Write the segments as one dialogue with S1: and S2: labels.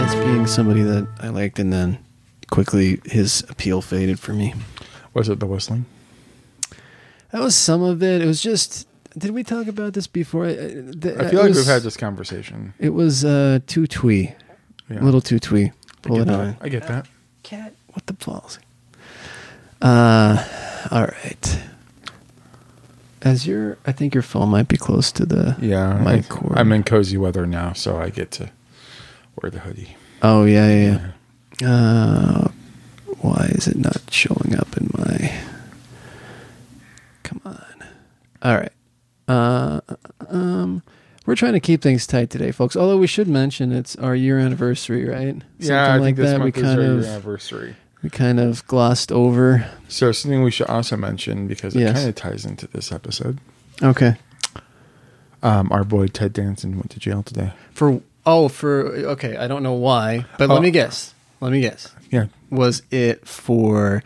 S1: as being somebody that I liked, and then quickly his appeal faded for me.
S2: Was it the whistling?
S1: That was some of it. It was just. Did we talk about this before? I feel
S2: I feel like we've had this conversation.
S1: It was uh, too twee,
S2: Yeah.
S1: little too twee.
S2: I
S1: Pull
S2: get
S1: it
S2: that.
S1: on.
S2: I get that.
S1: Cat, what the balls? Uh, all right. As your, I think your phone might be close to the
S2: Yeah, I
S1: mic
S2: think-
S1: cord.
S2: I'm in cozy weather now, so I get to wear the hoodie.
S1: Oh yeah, yeah. yeah. Uh, why is it not showing up in my? Come on. All right. Uh, um, we're trying to keep things tight today, folks. Although we should mention it's our year anniversary, right?
S2: yeah, I
S1: Something like
S2: think this
S1: that. We
S2: month is
S1: kind
S2: our year
S1: of
S2: anniversary.
S1: we kind of glossed over.
S2: So something we should also mention because it
S1: Yes.
S2: kind of ties into this episode.
S1: Okay.
S2: Um, our boy Ted Danson went to jail today.
S1: For oh, for okay, I don't know why, but
S2: Oh.
S1: let me guess. Let me guess.
S2: Yeah.
S1: Was it for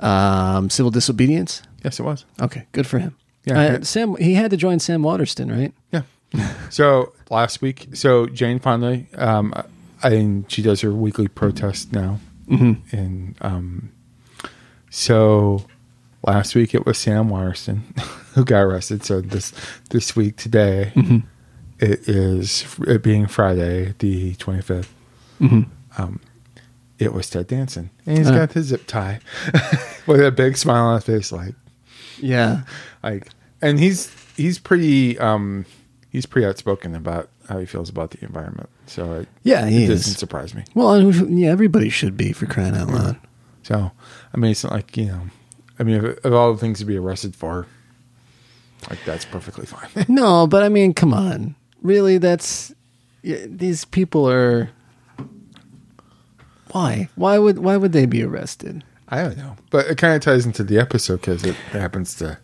S1: um, civil disobedience?
S2: Yes, it was.
S1: Okay, good for him.
S2: Yeah,
S1: Uh,
S2: good.
S1: Sam. He had to join Sam Waterston, right?
S2: Yeah. so last week, so Jane Fonda, um, I, and she does her weekly protest now, mm-hmm. and um, so last week it was Sam Waterston who got arrested. So this this week today, it is it being Friday the twenty Um, it was Ted Danson, and he's
S1: Ah.
S2: got his zip tie with a big smile on his face, like
S1: Yeah.
S2: like and he's he's pretty um he's pretty outspoken about how he feels about the environment so it,
S1: Yeah, he
S2: it doesn't
S1: is.
S2: surprise me
S1: Well, and who- yeah, everybody should be for crying out loud.
S2: so i mean it's not like you know i mean of, of all the things to be arrested for like that's perfectly fine
S1: No, but I mean, come on. Really, that's yeah, these people are. Why? Why would why would they be arrested?
S2: i don't know but it kind of ties into the episode because it happens to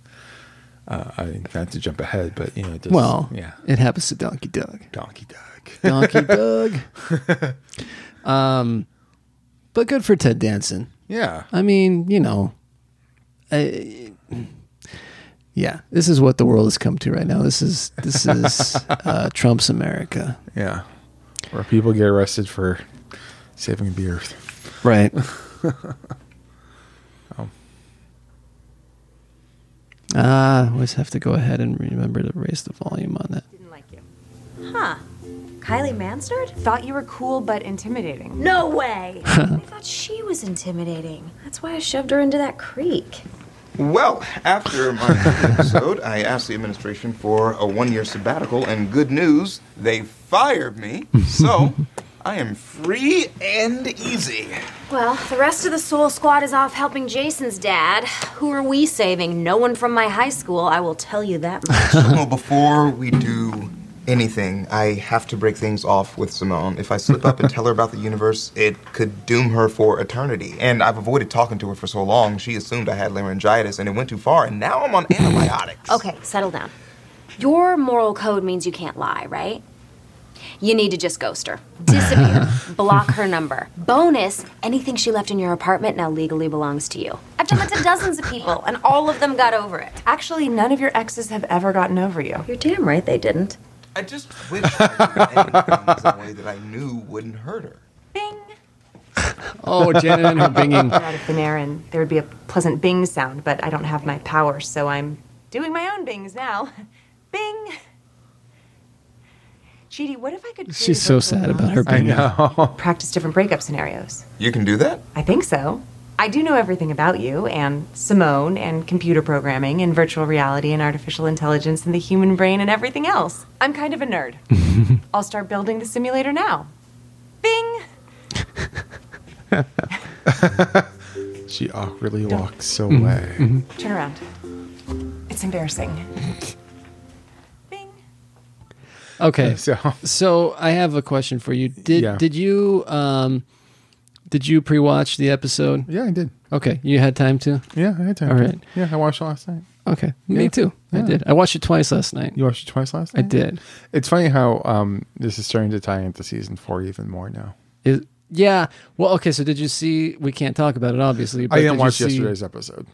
S2: uh, I mean, not to jump ahead, but you know, just,
S1: Well,
S2: yeah,
S1: it happens to Donkey Doug.
S2: Donkey Dog.
S1: Donkey Doug. um, but good for Ted Danson.
S2: yeah,
S1: I mean, you know, I, yeah, this is what the world has come to right now. This is this is uh, Trump's America,
S2: yeah, where people get arrested for saving the earth.
S1: right?
S2: Oh.
S1: Ah, I always have to go ahead and remember to raise the volume on that.
S3: Didn't like you.
S4: Huh. Kylie Manstard?
S3: Thought you were cool but intimidating.
S4: No way! I thought she was intimidating. That's why I shoved her into that creek.
S5: Well, after my episode, I asked the administration for a one year sabbatical, and good news, they fired me. So I am free and easy.
S4: Well, the rest of the Soul Squad is off helping Jason's dad. Who are we saving? No one from my high school, I will tell you that much.
S5: Well, before we do anything, I have to break things off with Simone. If I slip up and tell her about the universe, it could doom her for eternity. And I've avoided talking to her for so long, she assumed I had laryngitis, and it went too far, and now I'm on antibiotics.
S4: Okay, settle down. Your moral code means you can't lie, right? You need to just ghost her. Disappear. block her number. Bonus, anything she left in your apartment now legally belongs to you. I've done that to dozens of people, and all of them got over it.
S3: Actually, none of your exes have ever gotten over you.
S4: You're damn right they didn't.
S5: I just wish I could end things in a way that I knew wouldn't hurt her.
S3: Bing!
S1: Oh, Janet and her binging.
S3: Out of thin air, and there would be a pleasant bing sound, but I don't have my power, so I'm doing my own bings now. Bing! Chidi, what if I could.
S1: She's so sad about her
S2: I
S1: binging.
S2: know.
S3: Practice different breakup scenarios.
S5: You can do that?
S3: I think so. I do know everything about you and Simone and computer programming and virtual reality and artificial intelligence and the human brain and everything else. I'm kind of a nerd. I'll start building the simulator now. Bing!
S2: She awkwardly walks away.
S3: Turn around. It's embarrassing. Bing.
S1: Okay,
S2: So
S1: So I have a question for you. Did
S2: Yeah.
S1: did you um did you pre-watch the episode?
S2: yeah, I did.
S1: Okay, you had time to.
S2: Yeah, I had time.
S1: All
S2: to-
S1: right.
S2: Yeah, I watched it last night.
S1: Okay, me too. I did. I watched it twice last night.
S2: You watched it twice last
S1: I
S2: night.
S1: did.
S2: It's funny how um, this is starting to tie into season four even more now.
S1: Is yeah. Well, okay. So did you see? We can't talk about it, obviously. But
S2: I didn't
S1: did
S2: watch
S1: you see-
S2: yesterday's episode.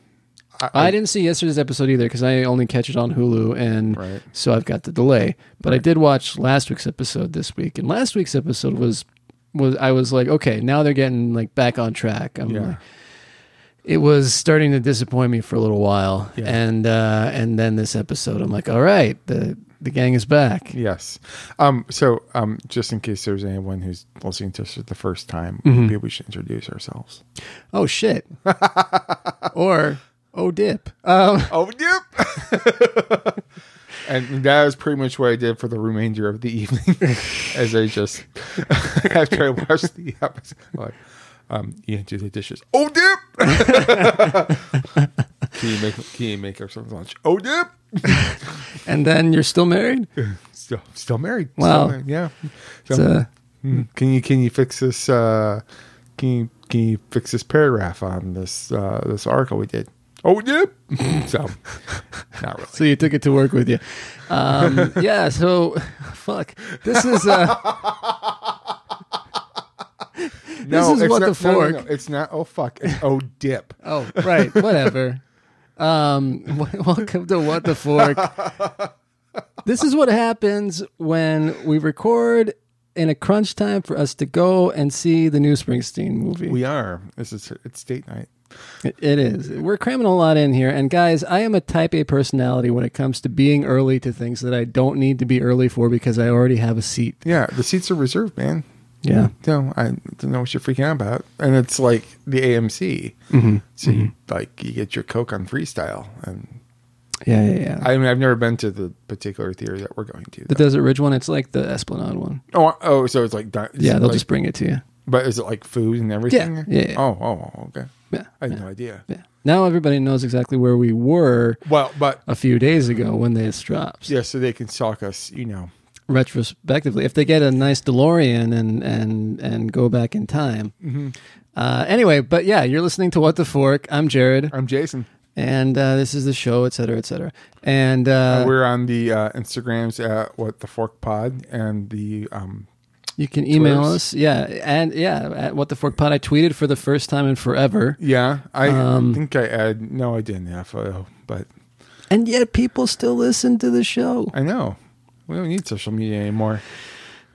S1: I didn't see yesterday's episode either because I only catch it on Hulu, and
S2: Right.
S1: so I've got the delay. But I did watch last week's episode this week, and last week's episode was was I was like, okay, now they're getting like back on track. I'm
S2: Yeah.
S1: like, it was starting to disappoint me for a little while,
S2: Yeah.
S1: and uh, and then this episode, I'm like, all right, the the gang is back.
S2: Yes. Um, so, um, just in case there's anyone who's listening to us for the first time,
S1: Mm-hmm.
S2: maybe we should introduce ourselves.
S1: Oh shit, or oh dip.
S2: Oh, yep. and that was pretty much what I did for the remainder of the evening, as I just after I watched the episode, like, um, yeah, do the dishes. Oh, dip. can you make Can you make ourselves lunch? Oh, dip.
S1: and then you're still married.
S2: Still, still married.
S1: Wow.
S2: Still married. Yeah.
S1: It's,
S2: So-
S1: uh,
S2: Mm. Can you can you fix this? Uh, can you can you fix this paragraph on this uh, this article we did? Oh yeah. so not really.
S1: so you took it to work with you. Um, yeah. So fuck. This is uh,
S2: no,
S1: is
S2: it's
S1: what
S2: not,
S1: the
S2: no, no,
S1: fork-
S2: no, it's not. Oh fuck. It's oh dip.
S1: oh right, whatever. Um, w- welcome to what the fork. This is what happens when we record in a crunch time for us to go and see the new Springsteen movie.
S2: We are. This is it's date night.
S1: It it is. We're cramming a lot in here. And guys, I am a type A personality when it comes to being early to things that I don't need to be early for because I already have a seat. Hmm.
S2: Yeah, the seats are reserved, man.
S1: Yeah.
S2: No, I don't know what you're freaking out about. And it's like the AMC.
S1: Mm-hmm,
S2: So you like you get your coke on freestyle. And
S1: Yeah, yeah, yeah.
S2: I mean, I've never been to the particular theater that we're going to.
S1: the
S2: though.
S1: Desert Ridge one, it's like the Esplanade one.
S2: oh, oh, so it's like di- is
S1: Yeah,
S2: it
S1: they'll
S2: like-
S1: just bring it to you.
S2: But is it like food and everything?
S1: yeah, yeah.
S2: Oh, oh, oh, okay.
S1: Yeah.
S2: I had
S1: yeah,
S2: no idea.
S1: yeah. Now everybody knows exactly where we were
S2: Well, but
S1: a few days ago when this drops.
S2: yeah, so they can stalk us, you know.
S1: Retrospectively, if they get a nice DeLorean and and and go back in time. Uh, anyway, but yeah, you're listening to What the Fork. I'm Jared.
S2: I'm Jason.
S1: and uh, this is the show, et cetera, et cetera. And uh,
S2: We're on the uh, Instagrams at what the Fork Pod and the um
S1: you can email
S2: Twitters.
S1: us, yeah, and yeah, at what the fork pod. I tweeted for the first time in forever,
S2: yeah. I
S1: Um,
S2: think I add no, I didn't have photo, but
S1: and yet people still listen to the show.
S2: I know we don't need social media anymore.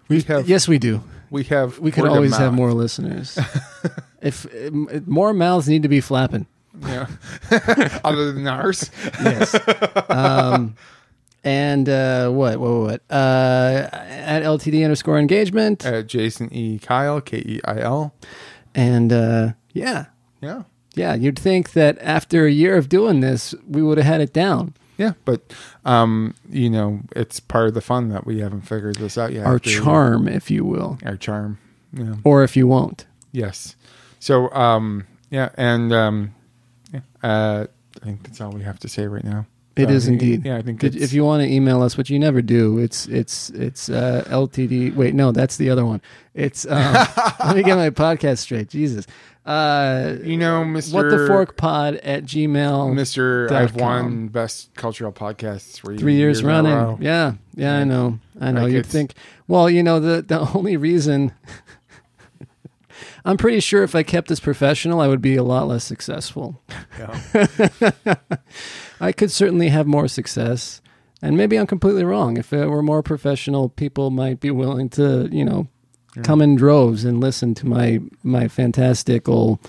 S2: We have
S1: Yes, we do.
S2: we have
S1: We could
S2: word of
S1: always have
S2: mouth.
S1: more listeners. if um, more mouths need to be flapping,
S2: yeah. other than ours.
S1: yes. um, and uh, what? What? What? what? Uh, at LTD underscore engagement,
S2: Uh, Jason E Kyle K E I L.
S1: and uh, yeah,
S2: Yeah.
S1: yeah. You'd think that after a year of doing this, we would have had it down.
S2: Yeah, but um, you know, it's part of the fun that we haven't figured this out yet.
S1: our
S2: after-
S1: charm, if you will,
S2: Our charm. Yeah.
S1: or if you won't.
S2: Yes. So um, yeah, and um, yeah, uh, I think that's all we have to say right now.
S1: It is
S2: So I think-
S1: indeed.
S2: Yeah, I think
S1: Did-
S2: it's,
S1: if you want to email us, which you never do, it's it's it's uh, LTD. Wait, no, that's the other one. It's um, let me get my podcast straight. Jesus, uh,
S2: you know, Mister
S1: what the fork pod at Gmail.
S2: Mister,
S1: dot
S2: I've
S1: com.
S2: won best cultural podcasts three
S1: Three years
S2: in a
S1: running.
S2: row.
S1: Yeah, yeah, I know, I know.
S2: Like
S1: You'd
S2: it's-
S1: think. Well, you know, the the only reason. I'm pretty sure if I kept this professional, I would be a lot less successful.
S2: Yeah.
S1: I could certainly have more success. And maybe I'm completely wrong. If it were more professional, people might be willing to, you know, come in droves and listen to my my fantastical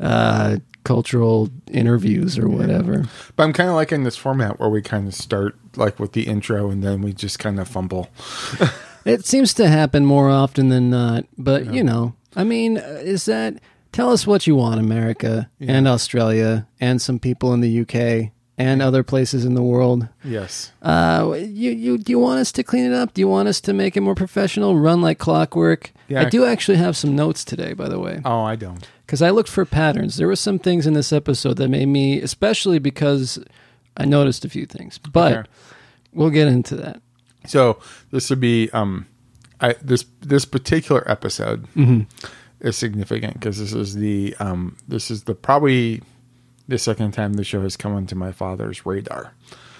S1: uh, cultural interviews or whatever.
S2: but I'm kind of liking this format where we kind of start like with the intro and then we just kind of fumble.
S1: It seems to happen more often than not. But you know, I mean, uh, is that tell us what you want, America and Australia and some people in the UK and other places in the world.
S2: Yes.
S1: Uh, you, you, do you want us to clean it up? Do you want us to make it more professional, run like clockwork?
S2: Yeah.
S1: I do actually have some notes today, by the way,
S2: Oh, I don't.
S1: because I looked for patterns. There were some things in this episode that made me, especially because I noticed a few things, but
S2: Okay.
S1: we'll get into that.
S2: So this would be um, I this this particular episode is significant because this is the um this is the probably the second time the show has come onto my father's radar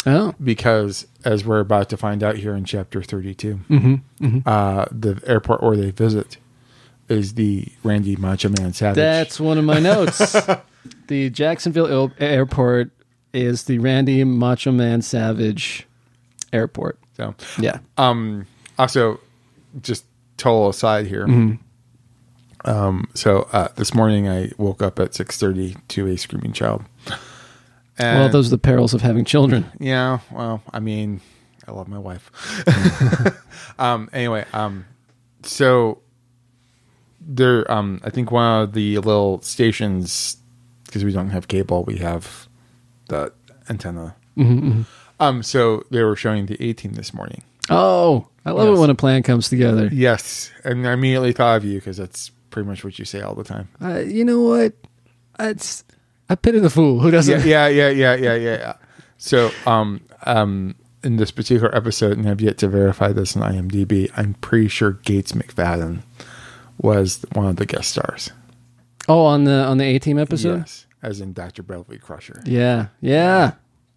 S1: Oh,
S2: because as we're about to find out here in chapter 32 Uh, the airport where they visit is the Randy Macho Man Savage.
S1: that's one of my notes. the Jacksonville il- airport is the Randy Macho Man Savage airport.
S2: so
S1: Yeah.
S2: Um, also, just total aside here,
S1: Mm-hmm.
S2: So uh, this morning I woke up at 6:30 to a screaming child. And,
S1: well, those are the perils of having children.
S2: Yeah. Well, I mean, I love my wife.
S1: Mm-hmm.
S2: um. Anyway. Um. So there. Um. I think one of the little stations because we don't have cable, we have the antenna.
S1: Mm-hmm,
S2: Um. So they were showing the A team this morning.
S1: Oh, I love it when a plan comes together.
S2: Yes, and I immediately thought of you because that's pretty much what you say all the time.
S1: Uh, you know what? It's I pity the fool who
S2: yeah,
S1: doesn't.
S2: yeah, yeah, yeah, yeah, yeah. yeah. So, um, um, in this particular episode, and I've yet to verify this on IMDb, I'm pretty sure Gates McFadden was one of the guest stars.
S1: Oh, on the on the A Team episode.
S2: Yes, as in Dr. Beverly Crusher.
S1: Yeah, yeah.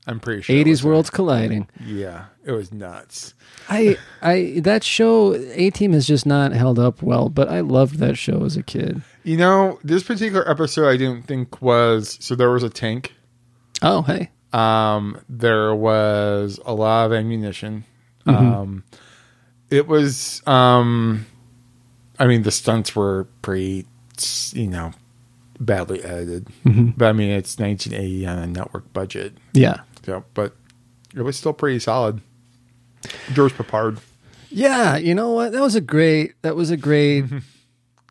S2: I'm pretty sure. it was
S1: Eighties
S2: her.
S1: worlds colliding.
S2: Yeah, it was nuts.
S1: I I that show A Team has just not held up well, but I loved that show as a kid.
S2: You know, this particular episode, I didn't think was so. There was a tank.
S1: Oh, hey.
S2: Um, there was a lot of ammunition. Um, it was, um, I mean, the stunts were pretty, you know, badly edited. But I mean, it's 1980 on a network budget.
S1: Yeah.
S2: So, but it was still pretty solid. George Papard.
S1: Yeah, you know what? That was a great that was a great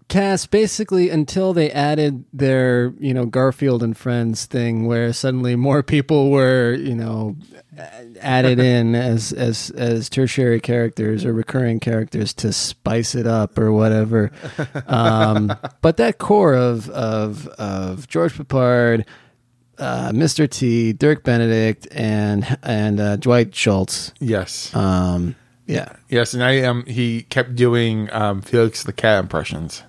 S1: cast basically until they added their, you know, Garfield and Friends thing where suddenly more people were, you know, a- added in as as as tertiary characters or recurring characters to spice it up or whatever. Um, but that core of of of George Papard uh, Mr. T, Dirk Benedict, and and uh, Dwight Schultz.
S2: Yes.
S1: Um, yeah,
S2: yes. And I um, he kept doing um, Felix the Cat impressions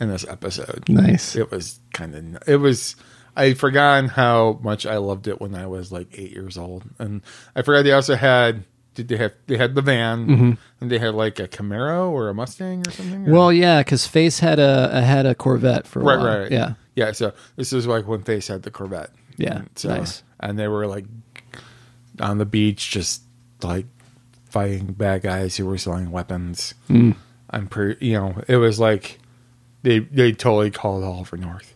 S2: in this episode.
S1: nice.
S2: It was kind of. It was. I forgotten how much I loved it when I was like eight years old, and I forgot they also had. Did they have? They had the van, and they had like a Camaro or a Mustang or something. or-
S1: Mm-hmm. Well, yeah, because Face had a a- had a Corvette for a
S2: right,
S1: while.
S2: right, right,
S1: Yeah,
S2: yeah. So this is like when Face had the Corvette.
S1: Yeah,
S2: And so,
S1: nice.
S2: And they were like on the beach, just like fighting bad guys who were selling weapons.
S1: Mm.
S2: I'm pretty. You know, it was like they they totally called Oliver North.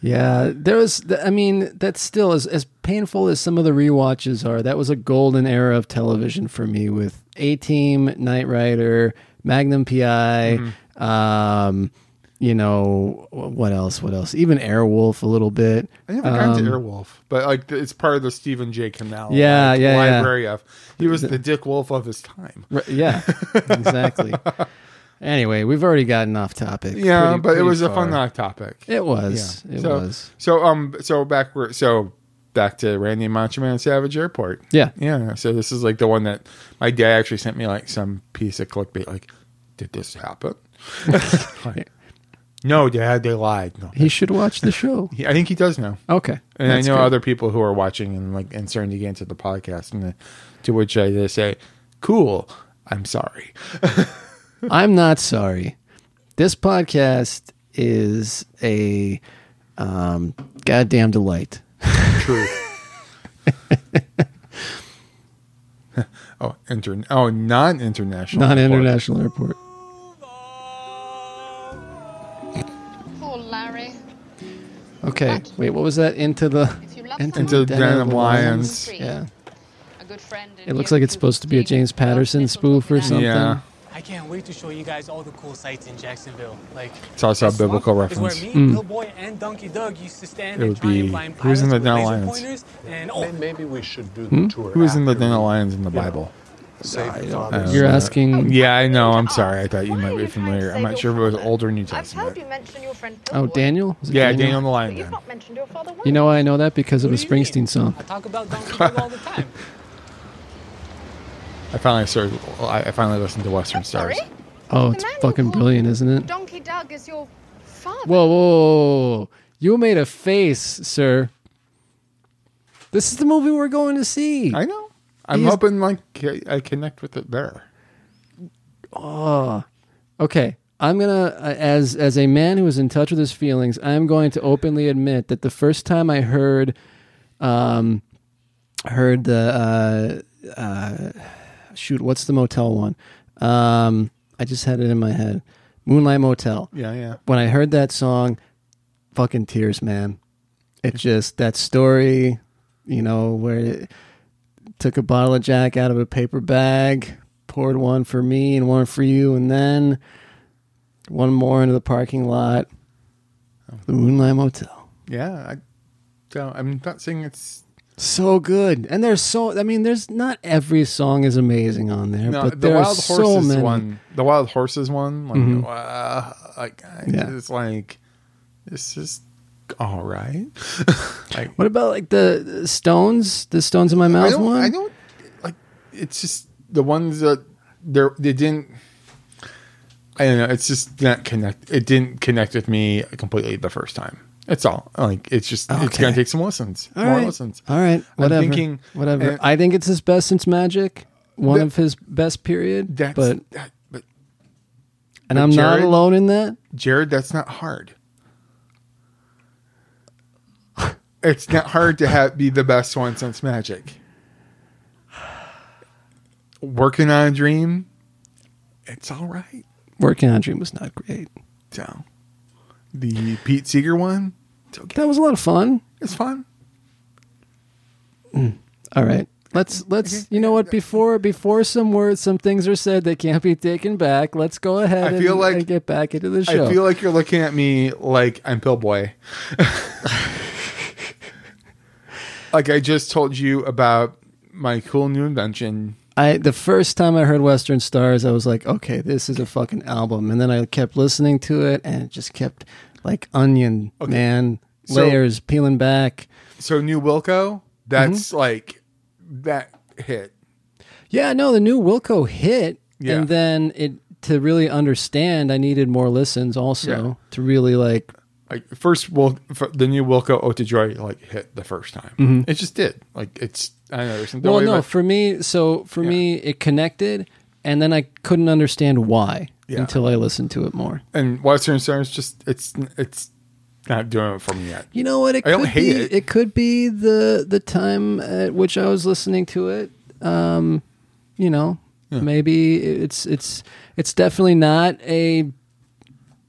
S1: yeah. There was, th- I mean, that's still as as painful as some of the rewatches are. That was a golden era of television for me with A Team, Knight Rider, Magnum PI.
S2: Mm-hmm.
S1: Um, you know wh- what else? What else? Even Airwolf a little bit. Uh,
S2: I never got to Airwolf, but like th- it's part of the Stephen J. Canal
S1: Um, Yeah,
S2: like,
S1: yeah, yeah.
S2: library of. He was the Dick Wolf of his time.
S1: Right, yeah, exactly. Anyway, we've already gotten off topic.
S2: Yeah,
S1: pretty-
S2: but it
S1: pretty
S2: was a
S1: far.
S2: fun uh, topic.
S1: It was. It
S2: so,
S1: was.
S2: So um, so back where so back to Randy and Macho Man Savage Airport.
S1: Yeah.
S2: yeah. So this is like the one that my dad actually sent me like some piece of clickbait. Like, did this happen? Like, no, Dad, they lied. No,
S1: He should watch the show.
S2: He- I think he does know.
S1: Okay.
S2: And
S1: That's
S2: I know
S1: good.
S2: other people who are watching and like and starting to get into the podcast, and the, to which I just say, "Cool, I'm sorry."
S1: I'm not sorry. This podcast is a um, goddamn delight.
S2: True. oh, inter- oh, non-international,
S1: Non international airport.
S6: Oh, Larry,
S1: Okay. Wait, what was that? Into the.
S6: if you love
S1: Into
S6: someone,
S2: into the Den of Lions.
S6: free.
S1: Yeah.
S6: a good friend.
S1: It looks like it's supposed to be a James Patterson spoof or something.
S2: Yeah,
S7: I can't wait to show you guys all the cool sights in Jacksonville. Like
S2: it's also a
S7: this swamp
S2: biblical
S7: is where
S2: reference. Mm.
S7: me, Bill Boy, and Donkey Doug used to stand
S2: It
S7: and
S2: would
S7: try
S2: be-
S7: and blind
S2: who's
S7: pilots
S2: in the
S7: with
S2: Den of
S7: laser
S2: Lions?
S7: pointers and oh,
S8: Then maybe we should do
S1: Hmm?
S8: the tour.
S2: Who was in the
S8: after
S2: Den of
S8: we
S2: Lions in the Bible?
S1: Ah,
S8: save the
S2: know.
S8: fathers.
S1: You're asking.
S2: Uh, Yeah, I know. I'm
S6: Oh,
S2: sorry. I thought you
S6: why
S2: might
S6: are
S2: be
S6: you trying to
S2: familiar. I'm
S6: save
S2: not
S6: your
S2: sure if it was
S6: father?
S2: older New
S6: I've heard
S2: Testament.
S6: you mention your friend.
S1: Oh,
S6: Billboy,
S1: Daniel? Was it
S2: Yeah, Daniel the
S6: but
S2: Lion
S6: You've
S2: Man.
S6: not mentioned your father once.
S1: You know, I know that because of a
S7: What do you
S1: Springsteen
S7: mean?
S1: song.
S7: I talk about Donkey Doug all the time.
S2: I finally started. I I finally listened to Western Stars.
S6: Sorry,
S1: Oh, it's
S6: The man who
S1: fucking
S6: called
S1: brilliant, isn't it?
S6: Donkey Doug is your father.
S1: Whoa, whoa, whoa. You made a face, sir. This is the movie we're going to see.
S2: I know. I'm
S1: He's-
S2: hoping like I connect with it there.
S1: Okay. I'm going to as as a man who is in touch with his feelings, I'm going to openly admit that the first time I heard um heard the uh uh shoot, what's the motel one? Um, I just had it in my head. Moonlight Motel.
S2: Yeah, yeah.
S1: When I heard that song, fucking tears, man. It just that story, you know, where it took a bottle of Jack out of a paper bag, poured one for me and one for you, and then one more into the parking lot. The Moonlight Motel.
S2: Yeah, I don't, I'm not saying it's
S1: So good. And there's so I mean, there's not every song is amazing on there,
S2: no,
S1: but
S2: the
S1: there
S2: wild
S1: are so
S2: horses
S1: many. Mm-hmm.
S2: one. The wild horses one, like, uh, like I
S1: Yeah.
S2: it's like it's just all right. like
S1: What about like the the Stones? The Stones in My
S2: I
S1: Mouth
S2: don't,
S1: one?
S2: I don't like. It's just the ones that they they didn't. I don't know. It's just not connect. It didn't connect with me completely the first time. That's all. Like it's just it's
S1: Okay.
S2: gonna take some lessons,
S1: All
S2: more
S1: right.
S2: lessons.
S1: All right.
S2: I'm
S1: Whatever.
S2: thinking- uh,
S1: Whatever.
S2: and-
S1: I think it's his best since Magic. One
S2: That-
S1: of his best period.
S2: That's
S1: but
S2: that, but
S1: and I'm
S2: Jared-
S1: not alone in that.
S2: Jared, that's not hard. it's not hard to have be the best one since Magic. Working on a dream, it's all right.
S1: Working on a Dream was not great.
S2: So the Pete Seeger one, it's okay.
S1: That was a lot of fun.
S2: It's fun.
S1: All right. Let's let's you know what before before some words some things are said that can't be taken back. Let's go ahead
S2: I
S1: and,
S2: feel like-
S1: and get back into the show.
S2: I feel like you're looking at me like I'm Pillboy. like I just told you about my cool new invention.
S1: I the first time I heard Western Stars, I was like, okay, this is a fucking album. And then I kept listening to it, and it just kept like onion man
S2: So-
S1: layers peeling back.
S2: So new Wilco, that's
S1: Mm-hmm.
S2: like that hit.
S1: Yeah, no, the new Wilco hit,
S2: Yeah.
S1: and then it to really understand, I needed more listens also
S2: Yeah.
S1: to really like.
S2: Like first, Wil- f- the new Wilco "Ode to Joy" like hit the first time. It just did. Like it's I don't know. There's something
S1: Mm-hmm. Well,
S2: about-
S1: no, for me, so for me, it connected, and then I couldn't understand why
S2: Yeah.
S1: until I listened to it more.
S2: and Western Stars just it's it's not doing it for me yet.
S1: You know what? It
S2: I
S1: could
S2: don't hate
S1: be,
S2: it.
S1: could be the the time at which I was listening to it. Um, you know, maybe it's it's it's definitely not a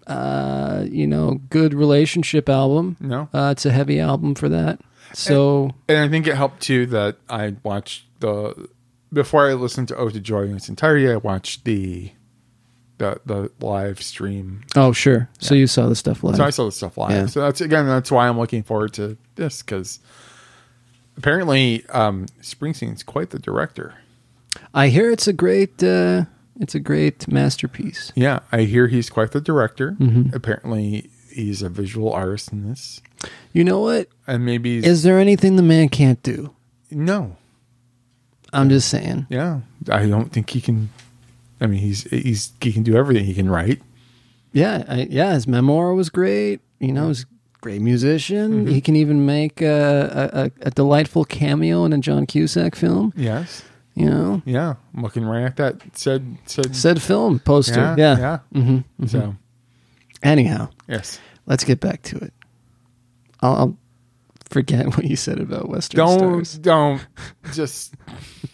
S1: uh, you know good relationship album.
S2: No.
S1: uh, it's a heavy album for that.
S2: Er,
S1: So
S2: And I think it helped too that I watched the before I listened to Ode to Joy in its entirety. I watched the the the live stream,
S1: oh sure, so you saw the stuff live.
S2: so I saw the stuff live.
S1: Yeah.
S2: So that's again that's why I'm looking forward to this because apparently um, Springsteen's quite the director.
S1: I hear it's a great uh, it's a great masterpiece.
S2: Yeah, I hear he's quite the director. Apparently, he's a visual artist in this,
S1: You know what?
S2: and maybe he's-
S1: Is there anything the man can't do?
S2: no,
S1: I'm just saying.
S2: yeah, I don't think he can. I mean, he's he's he can do everything. He can write.
S1: Yeah, I, yeah. His memoir was great. You know, he's a great
S2: Mm-hmm.
S1: musician. He can even make a, a, a delightful cameo in a John Cusack film.
S2: Yes.
S1: You know,
S2: Yeah, I'm looking right at that said said
S1: said film poster.
S2: yeah
S1: Yeah.
S2: yeah. So
S1: Anyhow,
S2: yes,
S1: let's get back to it. I'll, I'll forget what you said about Western
S2: don't
S1: Stars.
S2: don't just.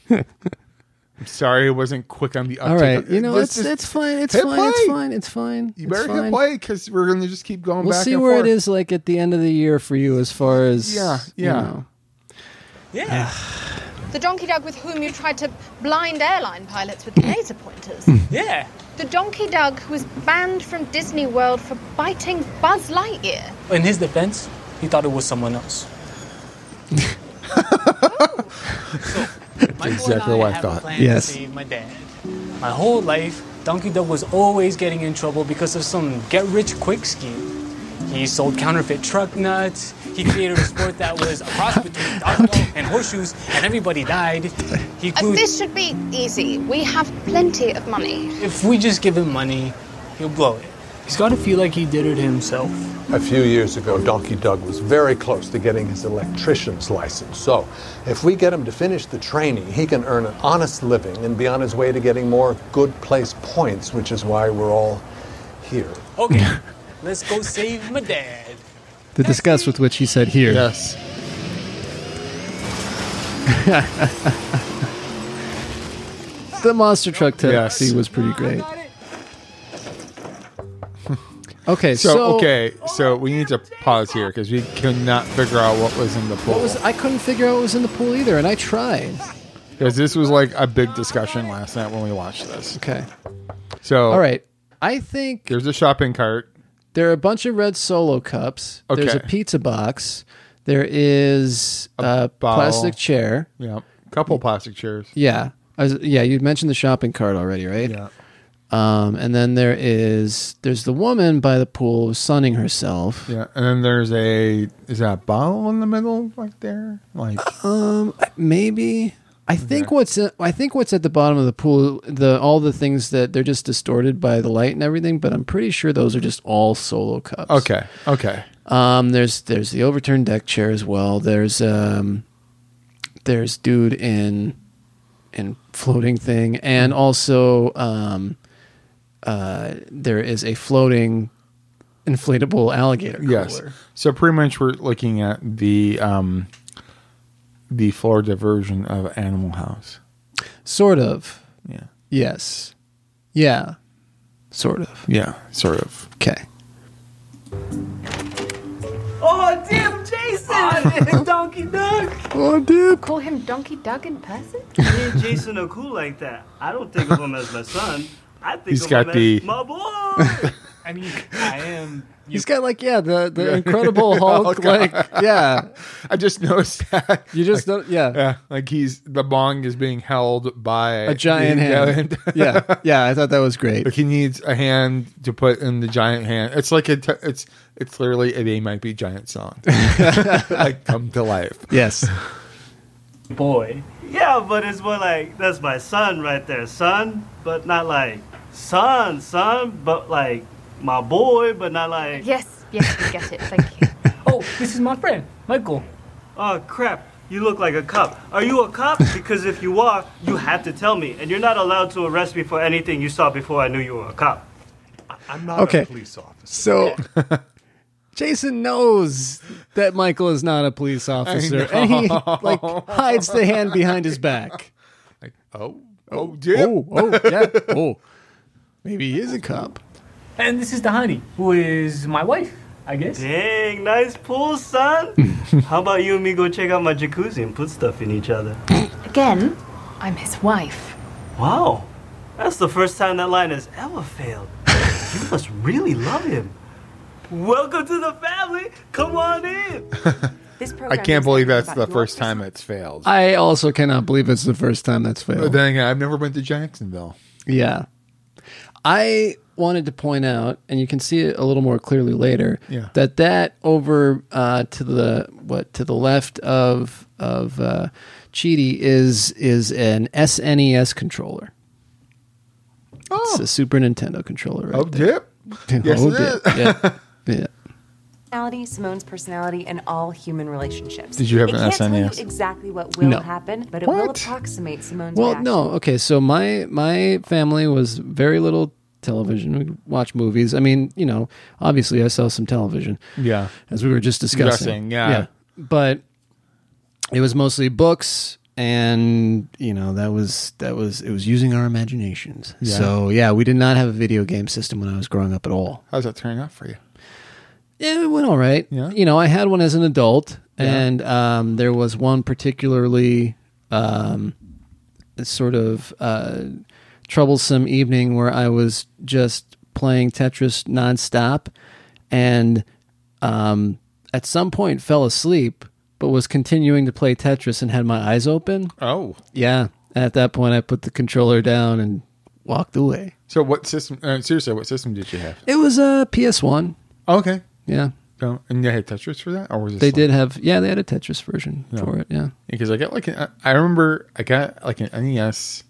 S2: I'm sorry, it wasn't quick on the uptick.
S1: All right, you know
S2: Let's
S1: it's
S2: just-
S1: it's fine. It's
S2: hit
S1: fine. It's
S2: play.
S1: fine. It's fine.
S2: You
S1: it's
S2: better
S1: fine.
S2: hit play because we're gonna just keep going.
S1: We'll
S2: back
S1: see
S2: and
S1: where
S2: forth.
S1: it is like at the end of the year for you as far as
S2: Yeah,
S1: you
S2: yeah.
S1: know.
S7: Yeah,
S6: The donkey dog with whom you tried to blind airline pilots with laser pointers.
S7: yeah.
S6: the donkey dog who was banned from Disney World for biting Buzz Lightyear.
S7: In his defense, he thought it was someone else. My
S2: Exactly
S7: boy and
S2: what I
S7: have a
S2: thought.
S7: plan to
S1: Yes.
S7: save my dad. My whole life, Donkey Dog was always getting in trouble because of some get-rich-quick scheme. He sold counterfeit truck nuts. He created a sport that was a cross between dodgeball and horseshoes, and everybody died. He
S6: Uh,
S7: grew.
S6: this should be easy. We have plenty of money.
S7: if we just give him money, he'll blow it. He's got to feel like he did it himself.
S8: A few years ago, Donkey Doug was very close to getting his electrician's license. So, if we get him to finish the training, he can earn an honest living and be on his way to getting more good place points, which is why we're all here.
S7: Okay, let's go save my dad.
S1: The disgust with which he said here.
S2: Yes.
S1: the monster truck taxi
S2: Yes.
S1: was pretty great. Okay, so,
S2: So, okay, so we need to pause here because we cannot figure out what was in the
S1: What
S2: pool.
S1: was I couldn't figure out what was in the pool either, and I tried.
S2: Because this was like a big discussion last night when we watched this.
S1: Okay,
S2: So,
S1: all right. I think
S2: there's a shopping cart.
S1: there are a bunch of red solo cups. There's a
S2: Okay.
S1: pizza box. There is a,
S2: bottle.
S1: plastic chair.
S2: Yeah, couple plastic chairs.
S1: Yeah, I was, yeah. You mentioned the shopping cart already, right? Um, and then there is there's the woman by the pool sunning herself.
S2: Yeah, and then there's a is that a bottle in the middle right there? Like
S1: Maybe I think what's in, I think what's at the bottom of the pool the all the things that they're just distorted by the light and everything, but I'm pretty sure those are just all solo cups.
S2: okay, okay,
S1: Um, there's there's the overturned deck chair as well. There's um, there's dude in in floating thing, and also um, uh, there is a floating inflatable alligator. Cooler.
S2: yes. So pretty much we're looking at the um the Florida version of Animal House.
S1: sort of.
S2: Yeah,
S1: Yes, yeah, sort of.
S2: yeah, sort of.
S1: Okay.
S3: Oh, damn, Jason! Donkey Duck!
S1: Oh, dude.
S6: Call him Donkey Doug in person?
S9: Me and Jason are cool like that. I don't think of him as my son. I think
S2: He's
S9: of
S2: got
S9: him
S2: the-
S9: as my boy.
S7: I mean, I am.
S1: He's got like yeah the the Incredible Hulk like yeah
S2: I just noticed that.
S1: you just don't yeah.
S2: Yeah, like he's the bong is being held by
S1: A giant
S2: the-
S1: hand. yeah, yeah. I thought that was great.
S2: Like he needs a hand to put in the giant hand. It's like a t- it's it's literally a they might be giant song, like come to life.
S1: Yes.
S7: Boy.
S9: yeah, but it's more like that's my son right there, son. But not like son, son. But like my boy. But not like
S6: Yes, yes, we get it. Thank you.
S7: Oh, this is my friend, Michael.
S9: oh crap. You look like a cop. Are you a cop? Because if you are, you have to tell me, and you're not allowed to arrest me for anything you saw before I knew you were a cop.
S8: I'm not
S1: Okay.
S8: a police officer.
S1: So Jason knows that Michael is not a police officer, and he like hides the hand behind his back.
S2: Like oh oh dude.
S1: Oh, oh, yeah, oh. Maybe he is a cop.
S7: And this is Dahani, who is my wife, I guess.
S9: Dang, nice pool, son. How about you and me go check out my jacuzzi and put stuff in each other?
S6: Again, I'm his wife.
S9: Wow, that's the first time that line has ever failed. you must really love him. Welcome to the family. Come on in.
S3: This
S2: I
S3: program
S2: can't
S3: is
S2: believe
S3: nothing
S2: that's
S3: about
S2: the
S3: your
S2: first
S3: person-
S2: time it's failed.
S1: I also cannot believe it's the first time that's
S2: But
S1: failed.
S2: then again, I've never been to Jacksonville.
S1: Yeah. I wanted to point out, and you can see it a little more clearly later,
S2: Yeah.
S1: that that over uh, to the what to the left of of uh, Chidi is is an SNES controller. It's a Super Nintendo controller, right?
S2: Oh
S1: there.
S2: dip. Yes, it is.
S1: dip. Yeah. yeah.
S3: personality, Simone's personality, and all human relationships.
S2: Did you have
S3: it
S2: an E
S3: can't Tell
S2: SNES?
S3: you exactly what will
S1: No.
S3: happen, but it will
S2: What?
S3: approximate Simone's.
S1: Well,
S3: reaction.
S1: no, okay. So my my family was very little television. We watched movies. I mean, you know, obviously I saw some television.
S2: Yeah.
S1: as we were just discussing.
S2: Discussing, yeah.
S1: But it was mostly books and you know that was that was it was using our imaginations. So yeah, we did not have a video game system when I was growing up at all.
S2: How's that turning out for you?
S1: Yeah, it went all right.
S2: Yeah.
S1: You know, I had one as an adult, and um, there was one particularly um, sort of uh, troublesome evening where I was just playing Tetris nonstop, and um, at some point fell asleep, but was continuing to play Tetris and had my eyes open.
S2: Oh,
S1: Yeah, at that point I put the controller down and walked away.
S2: so what system? Uh, seriously, what system did you have?
S1: It was a PS One.
S2: Oh, Okay,
S1: Yeah,
S2: so, and they had Tetris for that, or was it
S1: they did have. Yeah, they had a Tetris version for it. Yeah.
S2: because I got like an, I remember I got like an E NES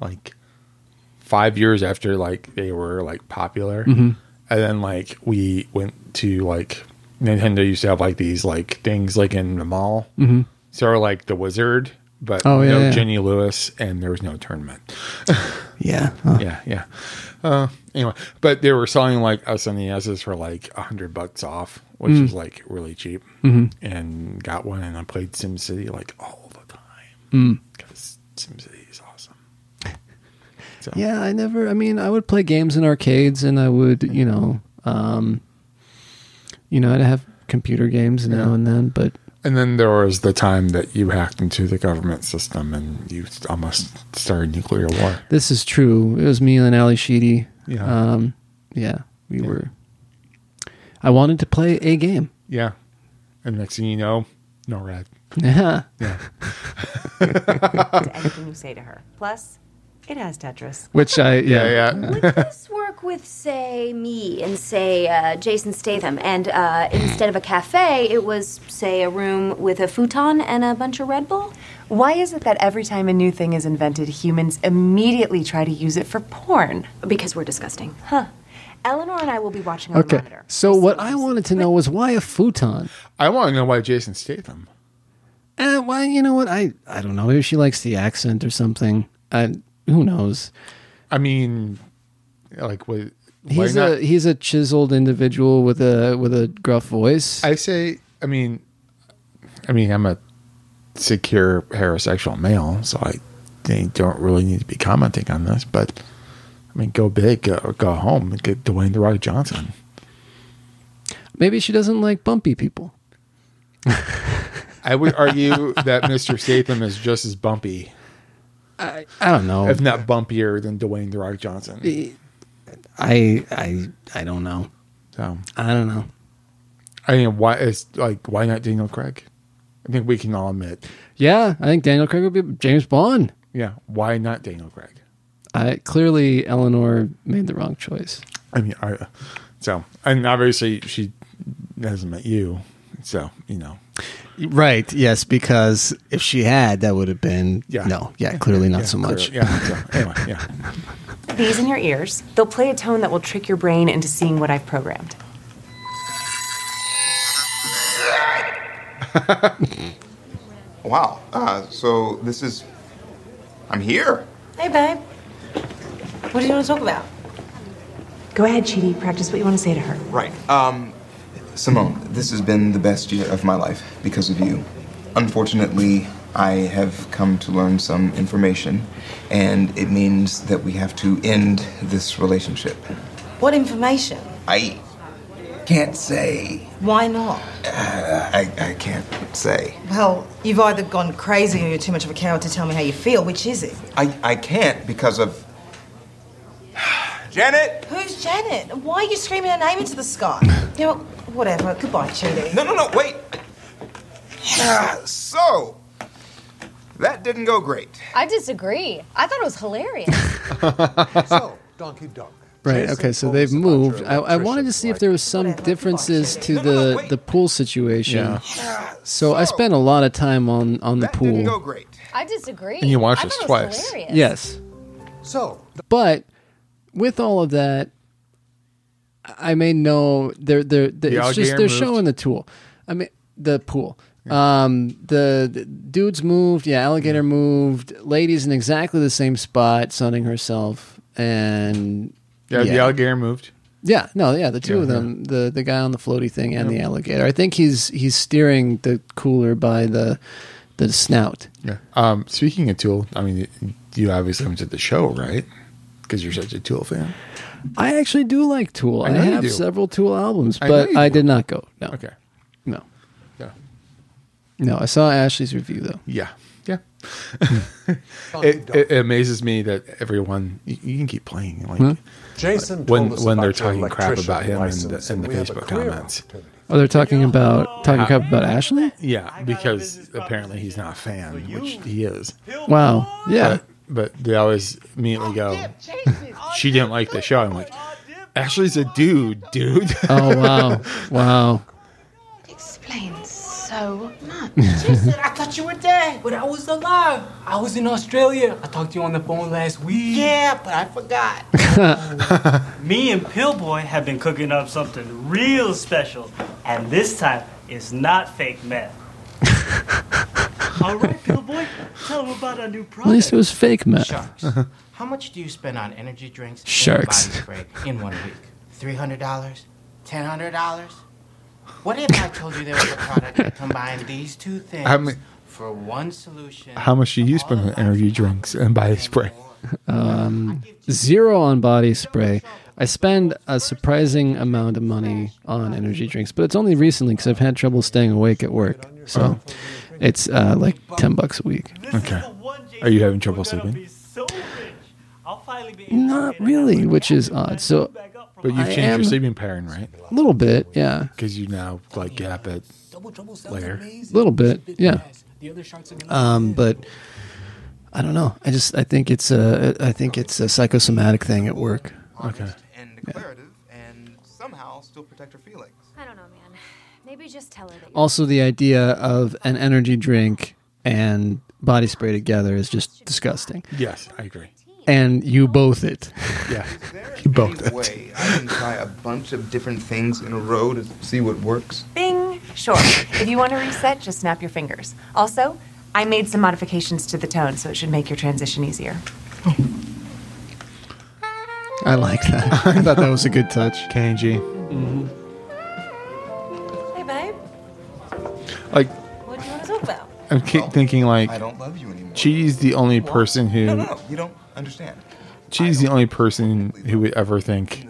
S2: like five years after like they were like popular,
S1: Mm-hmm.
S2: and then like we went to like Nintendo used to have like these like things like in the mall, mm-hmm. so like the Wizard, but
S1: Oh, yeah,
S2: no
S1: yeah.
S2: Jenny Lewis, and there was no tournament.
S1: Yeah.
S2: yeah, yeah. Uh, anyway, but they were selling like SNESs for like a hundred bucks off, which
S1: Mm-hmm.
S2: is like really cheap. And got one, and I
S1: Mm.
S2: played SimCity like all the time because SimCity is awesome. So
S1: Yeah, I never. I mean, I would play games in arcades, and I would, you know, um, you know, I'd have computer games now
S2: Yeah.
S1: and then. But
S2: And then there was the time that you hacked into the government system and you almost started nuclear war.
S1: this is true. It was me and Ali Sheedy.
S2: Yeah.
S1: um, yeah, we were. I wanted to play a game.
S2: Yeah. And next thing you know, no red.
S1: Yeah,
S2: Yeah.
S3: to anything you say to her. Plus, it has Tetris.
S1: which I yeah
S2: Yeah.
S4: Would this work with, say, me and, say, uh, Jason Statham? And uh, instead of a cafe, it was, say, a room with a futon and a bunch of Red Bull?
S3: Why is it that every time a new thing is invented, humans immediately try to use it for porn?
S4: Because we're disgusting.
S3: Eleanor and I will be watching on the
S1: Okay,
S3: monitor.
S1: so what I wanted to know was why a futon?
S2: I want to know why Jason Statham.
S1: Eh, well, you know what? I I don't know. Maybe she likes the accent or something. I who knows.
S2: I mean, like, what? Why
S1: He's
S2: not?
S1: a he's a chiseled individual with a with a gruff voice.
S2: I say, I mean, I mean, I'm a secure heterosexual male, so I they don't really need to be commenting on this, but I mean, go big go, or go home. Get Dwayne The Rock Johnson.
S1: Maybe she doesn't like bumpy people.
S2: I would argue that Mr. Statham is just as bumpy,
S1: I don't know.
S2: if not bumpier, than Dwayne The Rock Johnson.
S1: I I I don't know.
S2: So,
S1: I don't know.
S2: I mean, why is like why not Daniel Craig? I think we can all admit,
S1: Yeah, I think Daniel Craig would be James Bond.
S2: yeah, why not Daniel Craig?
S1: I clearly Eleanor made the wrong choice.
S2: I mean, I, so and obviously she hasn't met you, so you know.
S10: Right. Yes, because if she had, that would have been
S2: Yeah.
S10: no. Yeah, clearly not
S2: Yeah,
S10: so much.
S2: clear. Yeah. So, anyway, yeah.
S3: These in your ears, they'll play a tone that will trick your brain into seeing what I've programmed.
S5: Wow. Uh, so this is. I'm here.
S11: Hey, babe. What do you want to talk about?
S3: Go ahead, Chidi. Practice what you want to say to her.
S5: Right. Um, Simone, this has been the best year of my life because of you. Unfortunately, I have come to learn some information, and it means that we have to end this relationship.
S11: What information?
S5: I can't say. Uh,
S11: Why not?
S5: I, I can't say.
S11: Well, you've either gone crazy or you're too much of a coward to tell me how you feel. Which is it?
S5: I, I can't because of. Janet!
S11: Who's Janet? And Why are you screaming her name into the sky? you know, whatever. Goodbye, Judy.
S5: No, no, no, wait! Ah, so, that didn't go great.
S12: I disagree. I thought it was hilarious.
S8: So, Donkey Dog.
S1: Right.
S8: Jason
S1: okay. So
S8: told
S1: they've
S8: us about your
S1: moved. I, I wanted to
S8: electrician's
S1: see if
S8: life.
S1: there was some
S11: Whatever,
S1: differences to
S11: goodbye,
S5: Shelley.
S1: the the pool situation.
S2: Yeah.
S1: So I
S5: So,
S1: spent a lot of time on on the
S5: That didn't go
S1: pool.
S5: great.
S12: I disagree.
S2: And you watched
S12: I
S2: us
S12: thought it
S2: twice.
S12: Was hilarious.
S1: Yes.
S8: So,
S1: But with all of that, I may know they're they're, they're
S2: The
S1: it's just
S2: alligator
S1: they're
S2: moved.
S1: showing the tool. I mean the pool. Um, the, the dude's moved. Yeah, alligator moved. Lady's in exactly the same spot, sunning herself, and
S2: Yeah, the
S1: Yeah.
S2: alligator moved.
S1: yeah, no, yeah, the two
S2: Yeah,
S1: of them, the the guy on the floaty thing and the alligator. I think he's he's steering the cooler by the the snout.
S2: Yeah. Um, speaking of Tool, I mean, you obviously haven't did the show, right? Because you're such a Tool fan.
S1: I actually do like Tool. I,
S2: I know you
S1: have
S2: do.
S1: several Tool albums,
S2: I know
S1: but
S2: you
S1: I,
S2: do.
S1: did not go. No.
S2: Okay.
S1: No.
S2: Yeah.
S1: No, I saw Ashley's review though.
S2: Yeah. Yeah.
S8: Donkey
S2: It,
S8: Dog.
S2: it, it amazes me that everyone you, you can keep playing. Like,
S8: Jason told
S2: when-
S8: us
S2: when
S8: about
S2: they're
S8: your
S2: talking crap
S8: electrician
S2: about him in the-
S8: license,
S2: in
S8: and
S2: the
S8: we have a
S2: Facebook
S8: career
S2: comments.
S8: opportunity.
S1: Oh, they're talking about talking crap about Ashley.
S2: yeah, because apparently he's not a fan, which he is.
S1: Wow. Yeah.
S2: But they always immediately go, "She didn't like the show." I'm like, "Ashley's a dude, dude."
S1: Oh wow. Wow.
S12: Explains so much.
S11: I thought you were dead.
S7: But I was alive. I was in Australia. I talked to you on the phone last week.
S11: Yeah, but I forgot.
S9: Me and Pillboy have been cooking up something real special, and this time it's not fake meth. All right, Pillboy, tell them about our new
S1: At least
S9: product.
S1: it was fake meth.
S13: Sharks. How much do you spend on energy drinks and
S1: Sharks.
S13: body spray in one week? Three hundred dollars? Ten hundred dollars? What if I told you there was a product that combined these two things
S2: How many-
S13: for one solution.
S2: How much do you spend on energy drinks and body spray?
S1: Um, zero on body spray. I spend a surprising amount of money on energy drinks, but it's only recently because I've had trouble staying awake at work. So it's uh, like 10 bucks a week.
S2: Okay. Are you having trouble sleeping?
S1: Not really, which is odd. So,
S2: But you've
S1: I
S2: changed
S1: am-
S2: your sleeping pattern, right?
S1: A little bit, yeah.
S2: Because you now like get up at later.
S1: A little bit, yeah. Um, but I don't know. I just I think it's a I think it's a psychosomatic thing at work.
S2: Okay.
S5: and declarative and somehow still protect her feelings.
S4: I don't know, man. Maybe just tell her that.
S2: Oh.
S1: Also, the idea of an energy drink and body spray together is just disgusting.
S2: Yes, I agree.
S1: And you both it.
S2: Yeah.
S1: you both
S5: Any way I can try a bunch of different things in a row to see what works.
S3: Bing. Sure. if you want to reset, just snap your fingers. Also, I made some modifications to the tone, so it should make your transition easier.
S1: I like that. I thought that was a good touch.
S2: Kanji.
S11: Hey, babe.
S2: Like
S11: What do you want to talk about?
S2: I'm ki- thinking like
S5: I don't love you anymore.
S2: She's the only person who
S5: No, no, no. You don't understand.
S2: she's the only person who would ever think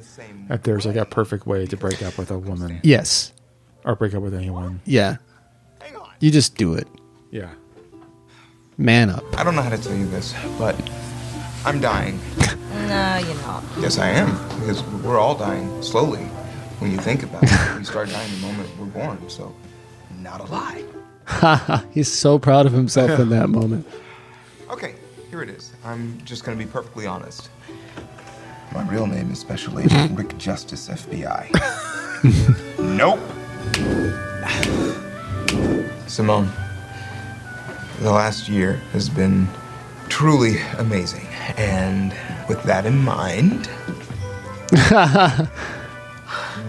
S2: that there's like a perfect way to break up with a woman.
S1: Yes.
S2: Or break up with anyone.
S1: Yeah. You just do it.
S2: Yeah.
S1: Man up.
S5: I don't know how to tell you this, but I'm dying.
S11: No, you're not.
S5: Yes, I am. Because we're all dying slowly. When you think about it, we start dying the moment we're born. So, not a lie.
S1: He's so proud of himself in that moment.
S5: Okay, here it is. I'm just gonna be perfectly honest. My real name is Special Agent Rick Justice, FBI. nope. Simone, the last year has been truly amazing, and with that in mind,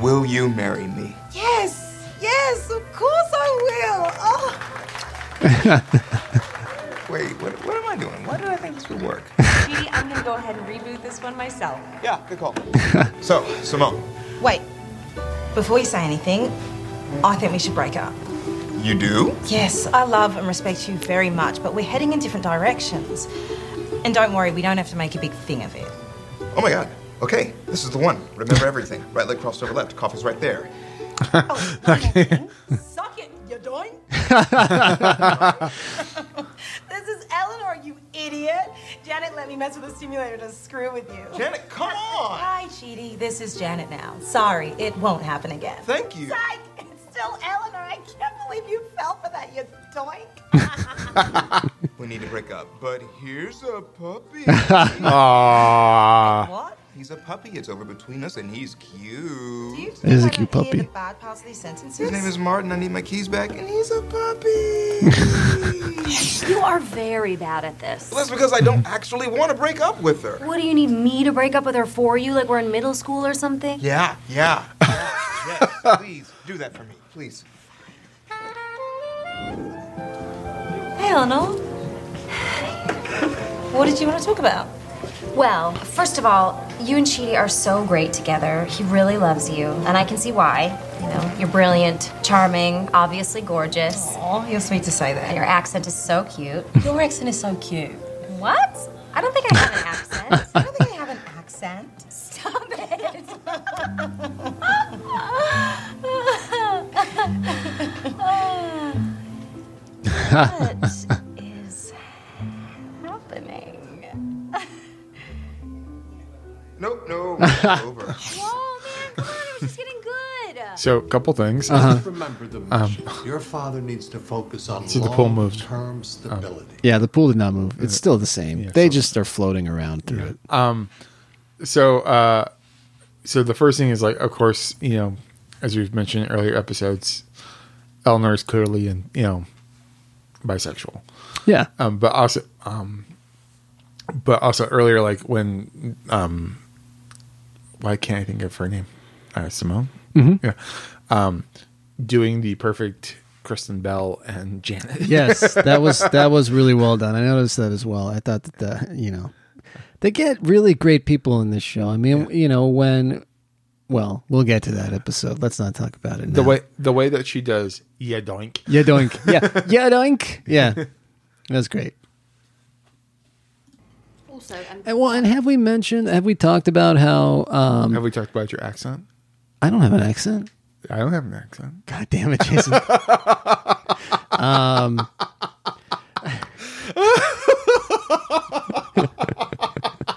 S5: will you marry me?
S11: Yes, yes, of course I will. Oh,
S5: Wait, what, what am I doing? Why did I think this would work?
S3: Petey, I'm gonna go ahead and reboot this one myself.
S5: Yeah, good call. so, Simone,
S11: wait. Before you say anything, I think we should break up.
S5: you do?
S11: Yes, I love and respect you very much, but we're heading in different directions. And don't worry, we don't have to make a big thing of it.
S5: Oh my god. Okay, this is the one. Remember everything. Right leg crossed over left. Coffee's right there.
S11: Oh, Suck it, you're doing? this is Eleanor, you idiot. Janet let me mess with the simulator to screw with you.
S5: Janet, come on!
S11: Hi, Cheaty. This is Janet now. Sorry, it won't happen again.
S5: Thank you.
S11: Psych! It's still Eleanor. I can't believe you fell for that, you doink.
S5: We need to break up. But here's a puppy.
S2: Aww.
S11: What?
S5: He's a puppy. It's over between us, and he's
S11: Do you
S5: cute.
S1: It is a
S11: think I
S1: cute
S11: don't hear
S1: puppy.
S11: the bad parts of these sentences?
S5: His name is Martin. I need my keys back, and he's a puppy.
S4: You are very bad at this.
S5: Well, that's because I don't actually want to break up with her.
S4: What do you need me to break up with her for you? Like we're in middle school or something?
S5: Yeah, yeah. yeah, yes, please do that for me, please.
S11: Hey, Eleanor. What did you want to talk about?
S4: Well, first of all, you and Chidi are so great together. He really loves you, and I can see why. You know, you're brilliant, charming, obviously gorgeous,
S11: Oh, you're sweet to say
S4: and
S11: that.
S4: your accent is so cute.
S11: Your accent is so cute.
S4: What? I don't think I have an accent.
S11: I don't think I have an accent.
S4: Stop it.
S11: What is happening?
S5: Nope, no. it's over.
S4: Whoa, man, come on, it was just getting good.
S2: So a couple things.
S8: Just remember the mission. Your father needs to focus on
S2: See, the pole moved. Oh.
S8: long-term stability.
S1: Yeah, the pool did not move. It's still the same. they just are floating around through it.
S2: So uh so the first thing is like of course, you know, as we've mentioned in earlier episodes, Eleanor is clearly in you know bisexual.
S1: Yeah.
S2: um, but also um, but also earlier like when um why can't i think of her name uh, simone
S1: Mm-hmm.
S2: yeah um doing the perfect kristen bell and janet
S1: yes, that was that was really well done. I noticed that as well. I thought that the you know they get really great people in this show. I mean, you know when Well, we'll get to that episode. Let's not talk about it.
S2: The
S1: now.
S2: way the way that she does, yeah, doink.
S1: Yeah, doink. Yeah, yeah, doink. Yeah, that's great.
S4: Also,
S1: And, well, and have we mentioned? Have we talked about how? Um,
S2: Have we talked about your accent?
S1: I don't have an accent.
S2: I don't have an accent.
S1: God damn it, Jason. um,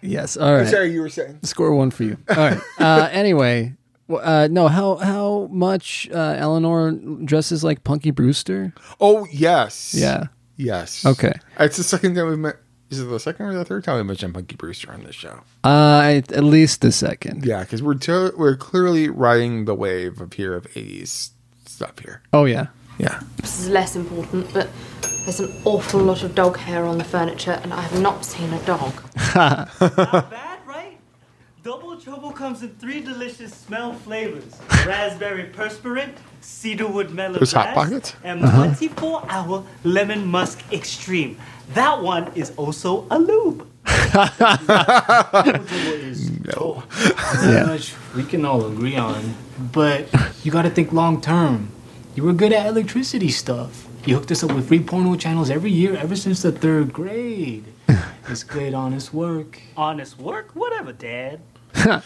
S1: yes. All
S2: I'm
S1: right.
S2: Oh, sorry, you were saying.
S1: Score one for you. All right. Uh, anyway, w- uh, no. How how much uh, Eleanor dresses like Punky Brewster?
S2: Oh yes,
S1: Yeah.
S2: yes.
S1: Okay.
S2: It's the second time we met. Is it the second or the third time we mentioned Punky Brewster on this show?
S1: Uh, at at least the second.
S2: Yeah, because we're to- we're clearly riding the wave up here of '80s stuff here.
S1: Oh yeah.
S2: Yeah.
S14: This is less important, but there's an awful lot of dog hair on the furniture, and I have not seen a dog.
S9: Double Trouble comes in three delicious smell flavors raspberry perspirant, cedarwood melon
S2: Those Hot
S9: blast,
S2: Pockets?
S9: and
S2: Uh-huh.
S9: 24 hour lemon musk extreme. That one is also a lube.
S2: No.
S7: Not much we can all agree on, but you got to think long term. You were good at electricity stuff. You hooked us up with free porno channels every year ever since the third grade. It's good, honest work.
S9: Honest work? Whatever, Dad.
S12: Dad.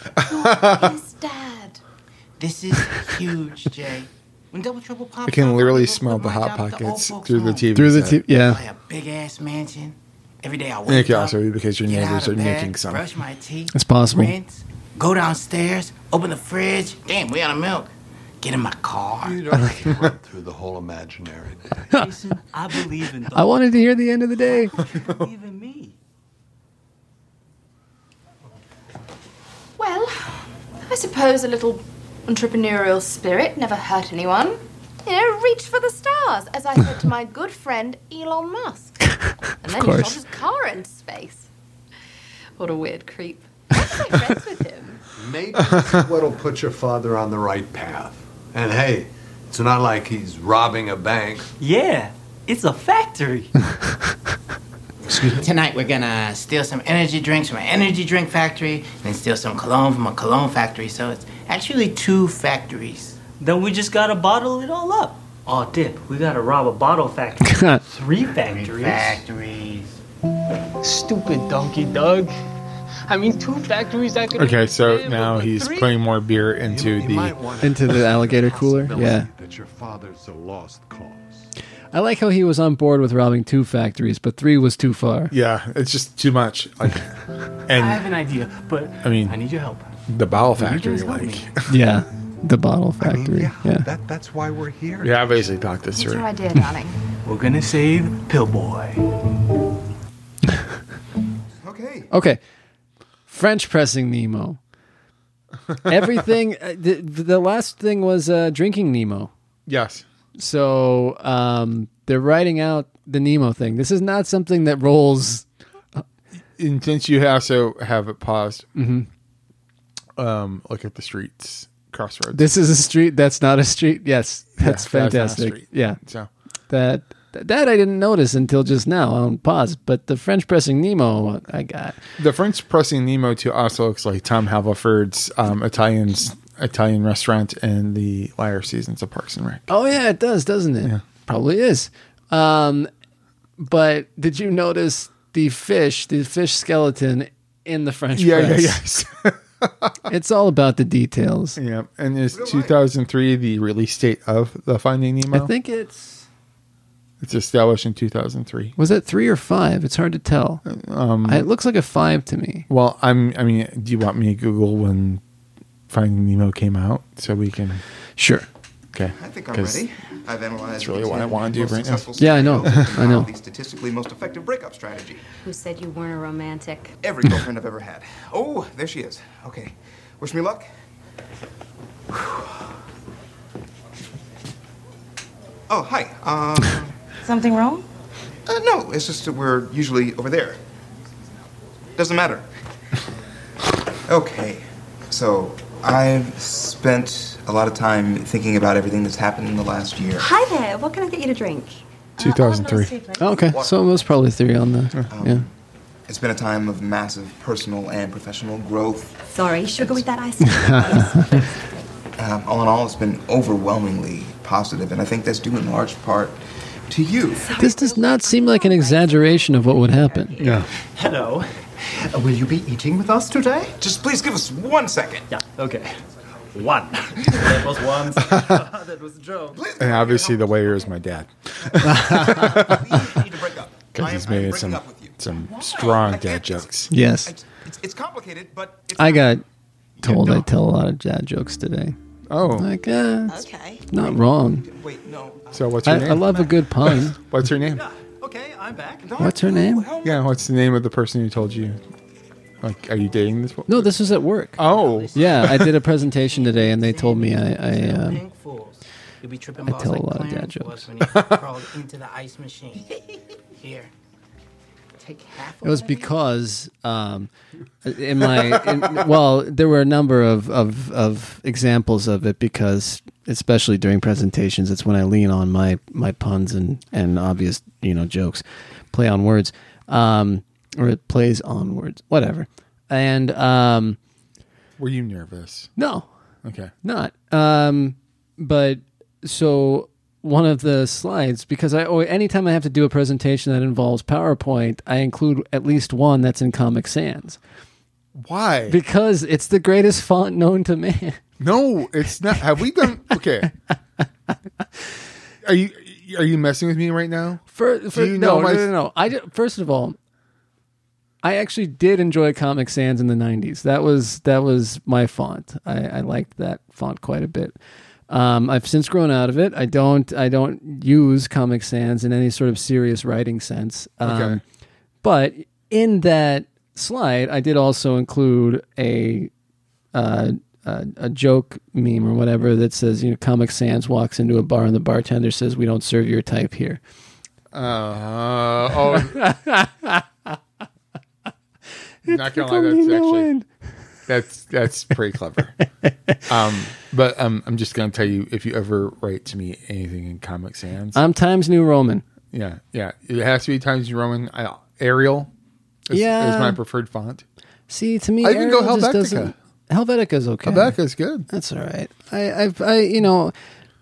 S13: This is huge, Jay. When Double Trouble
S2: I
S13: pops
S2: can
S13: up,
S2: literally
S13: look
S2: smell the
S13: right
S2: hot
S13: up at the old
S2: pockets
S13: folks'
S2: through the
S13: home.
S2: TV.
S1: Through the
S2: set.
S1: t- yeah.
S13: Like a big ass mansion. Every day I
S2: And it
S13: wake
S2: could
S13: up,
S2: also be because your
S13: get
S2: neighbors
S13: out
S2: are
S13: of bed,
S2: making some.
S13: Brush my teeth.
S1: It's possible.
S13: Rinse, go downstairs, open the fridge. Damn, we out of milk. Get in my car.
S8: You don't have to run through the whole imaginary
S9: Jason, I believe in
S1: I wanted to hear the end of the day.
S9: believe in me.
S12: Well, I suppose a little entrepreneurial spirit never hurt anyone. You know, reach for the stars, as I said to my good friend Elon Musk. And then he shot
S1: course.
S12: his car into space. What a weird creep. I'm quite friends with him.
S8: Maybe that's what'll put your father on the right path. And hey, it's not like he's robbing a bank.
S9: Yeah, it's a factory.
S13: Tonight we're gonna steal some energy drinks from an energy drink factory, and then steal some cologne from a cologne factory. So it's actually two factories.
S9: Then we just gotta bottle it all up. Oh, Dip, we gotta rob a bottle factory. Three factories.
S13: Factories.
S7: Stupid donkey Doug. I mean, two factories that could.
S2: Okay, so now he's putting more beer into the
S1: Into the alligator cooler. Yeah.
S8: That your father's a lost cause.
S1: I like how he was on board with robbing two factories, but three was too far.
S2: yeah. It's just too much. Like,
S7: I
S2: and
S7: have an idea, but
S2: I mean,
S7: I need your help.
S2: the bottle
S7: Will
S2: factory.
S7: you guys help
S2: Like,
S7: me?
S1: Yeah. The bottle factory. yeah.
S8: That, that's why we're here.
S2: yeah, I basically talked this through.
S12: idea, darling?
S7: We're gonna save Pillboy.
S1: Okay. French pressing Nemo. Everything. uh, the, the last thing was uh, drinking Nemo.
S2: Yes.
S1: So um, they're writing out the Nemo thing. This is not something that rolls.
S2: And since you also have it paused,
S1: Mhm. Mm-hmm.
S2: um, look at the streets, crossroads.
S1: This is a street. That's not a street. Yes,
S2: Yeah,
S1: that's
S2: not a
S1: fantastic.
S2: street.
S1: yeah.
S2: So-
S1: that that I didn't notice until just now on pause. But the French pressing Nemo, I got.
S2: The French pressing Nemo to us looks like Tom Haverford's um, Italian's Italian restaurant in the latter seasons of Parks and Rec.
S1: Oh yeah, it does, doesn't it? Probably is. Um, but did you notice the fish, the fish skeleton in the French
S2: Yeah, yeah,
S1: press?
S2: yes.
S1: it's all about the details.
S2: Yeah, and is 2003 the release date of the Finding Nemo?
S1: I think it's
S2: it's established in 2003.
S1: was it three or five? It's hard to tell.
S2: Um,
S1: it looks like a five to me.
S2: Well, I'm. I mean, do you want me to Google when Finding Nemo came out so we can?
S1: Sure.
S2: Okay.
S5: I think I'm
S2: 'Cause
S5: ready. I've analyzed.
S2: That's really what I want to do
S5: most
S2: right now.
S5: successful
S1: Yeah, I know.
S5: scenarios and
S1: I know.
S5: found The statistically most effective breakup strategy.
S4: Who said you weren't a romantic?
S5: Every girlfriend I've ever had. Oh, there she is. Okay. Wish me luck. Oh, hi. Um,
S15: Something wrong?
S5: uh, no, it's just that we're usually over there. Doesn't matter. Okay. So I've spent a lot of time thinking about everything that's happened in the last year.
S11: Hi there. What can I get you to drink?
S4: Uh,
S2: 2003.
S1: Okay, so it was probably three on the. yeah.
S5: It's been a time of massive personal and professional growth.
S11: Sorry, sugar with that ice.
S5: Um, all in all, it's been overwhelmingly positive, and I think that's due in large part to you.
S1: This does not seem like an exaggeration of what would happen.
S16: Yeah.
S17: Hello. Uh, will you be eating with us today?
S5: Just please give us one second.
S17: Yeah, okay. One. that was one. second. that was a joke.
S2: And obviously, the waiter is my dad. Because he's making some some strong dad jokes.
S1: Yes.
S5: It's, it's complicated, but
S1: I got told I tell a lot of dad jokes today.
S2: Oh.
S1: Like, uh, okay. Not wrong.
S5: Wait, no.
S2: So what's your
S1: I,
S2: name?
S1: I love a good pun.
S2: What's her name?
S1: What's her name?
S2: Yeah, what's the name of the person who told you? Like, are you dating this one?
S1: No, this was at work.
S2: Oh.
S1: Yeah, I did a presentation today and they told me I, I um,
S13: You'll be tripping
S1: I
S13: balls
S1: tell a
S13: like
S1: lot of
S13: clam
S1: dad
S13: was
S1: jokes.
S13: when you crawled into the ice machine. Here. Take half
S1: It was because um, in my in, well, there were a number of, of of examples of it because especially during presentations, it's when I lean on my my puns and and obvious you know jokes, play on words, um, or it plays on words, whatever. And um,
S2: Were you nervous?
S1: no.
S2: Okay.
S1: Not. Um, but so one of the slides because I always, anytime I have to do a presentation that involves PowerPoint, I include at least one that's in Comic Sans.
S2: Why?
S1: Because it's the greatest font known to man.
S2: No, it's not. Have we done? Okay. Are you are you messing with me right now?
S1: For, for,
S2: Do you
S1: no,
S2: know my-
S1: no, no, no. I ju- first of all, I actually did enjoy Comic Sans in the '90s. That was that was my font. I, I liked that font quite a bit. Um, I've since grown out of it. I don't I don't use Comic Sans in any sort of serious writing sense. Um,
S2: Okay.
S1: But in that slide, I did also include a. Uh, a a joke meme or whatever that says, you know, Comic Sans walks into a bar and the bartender says, "We don't serve your type here." Um.
S2: Uh, oh. not gonna lie,
S1: tickled me
S2: that's
S1: no
S2: actually that's that's pretty clever. um, but um, I'm just gonna tell you if you ever write to me anything in Comic Sans,
S1: I'm Times New Roman.
S2: yeah, yeah, it has to be Times New Roman. I, Arial, is,
S1: Yeah.
S2: is my preferred font.
S1: See, to me,
S2: I even go
S1: Arial just
S2: Helvetica.
S1: doesn't- Helvetica's okay.
S2: Helvetica's good.
S1: That's all right. I, I've, I, you know,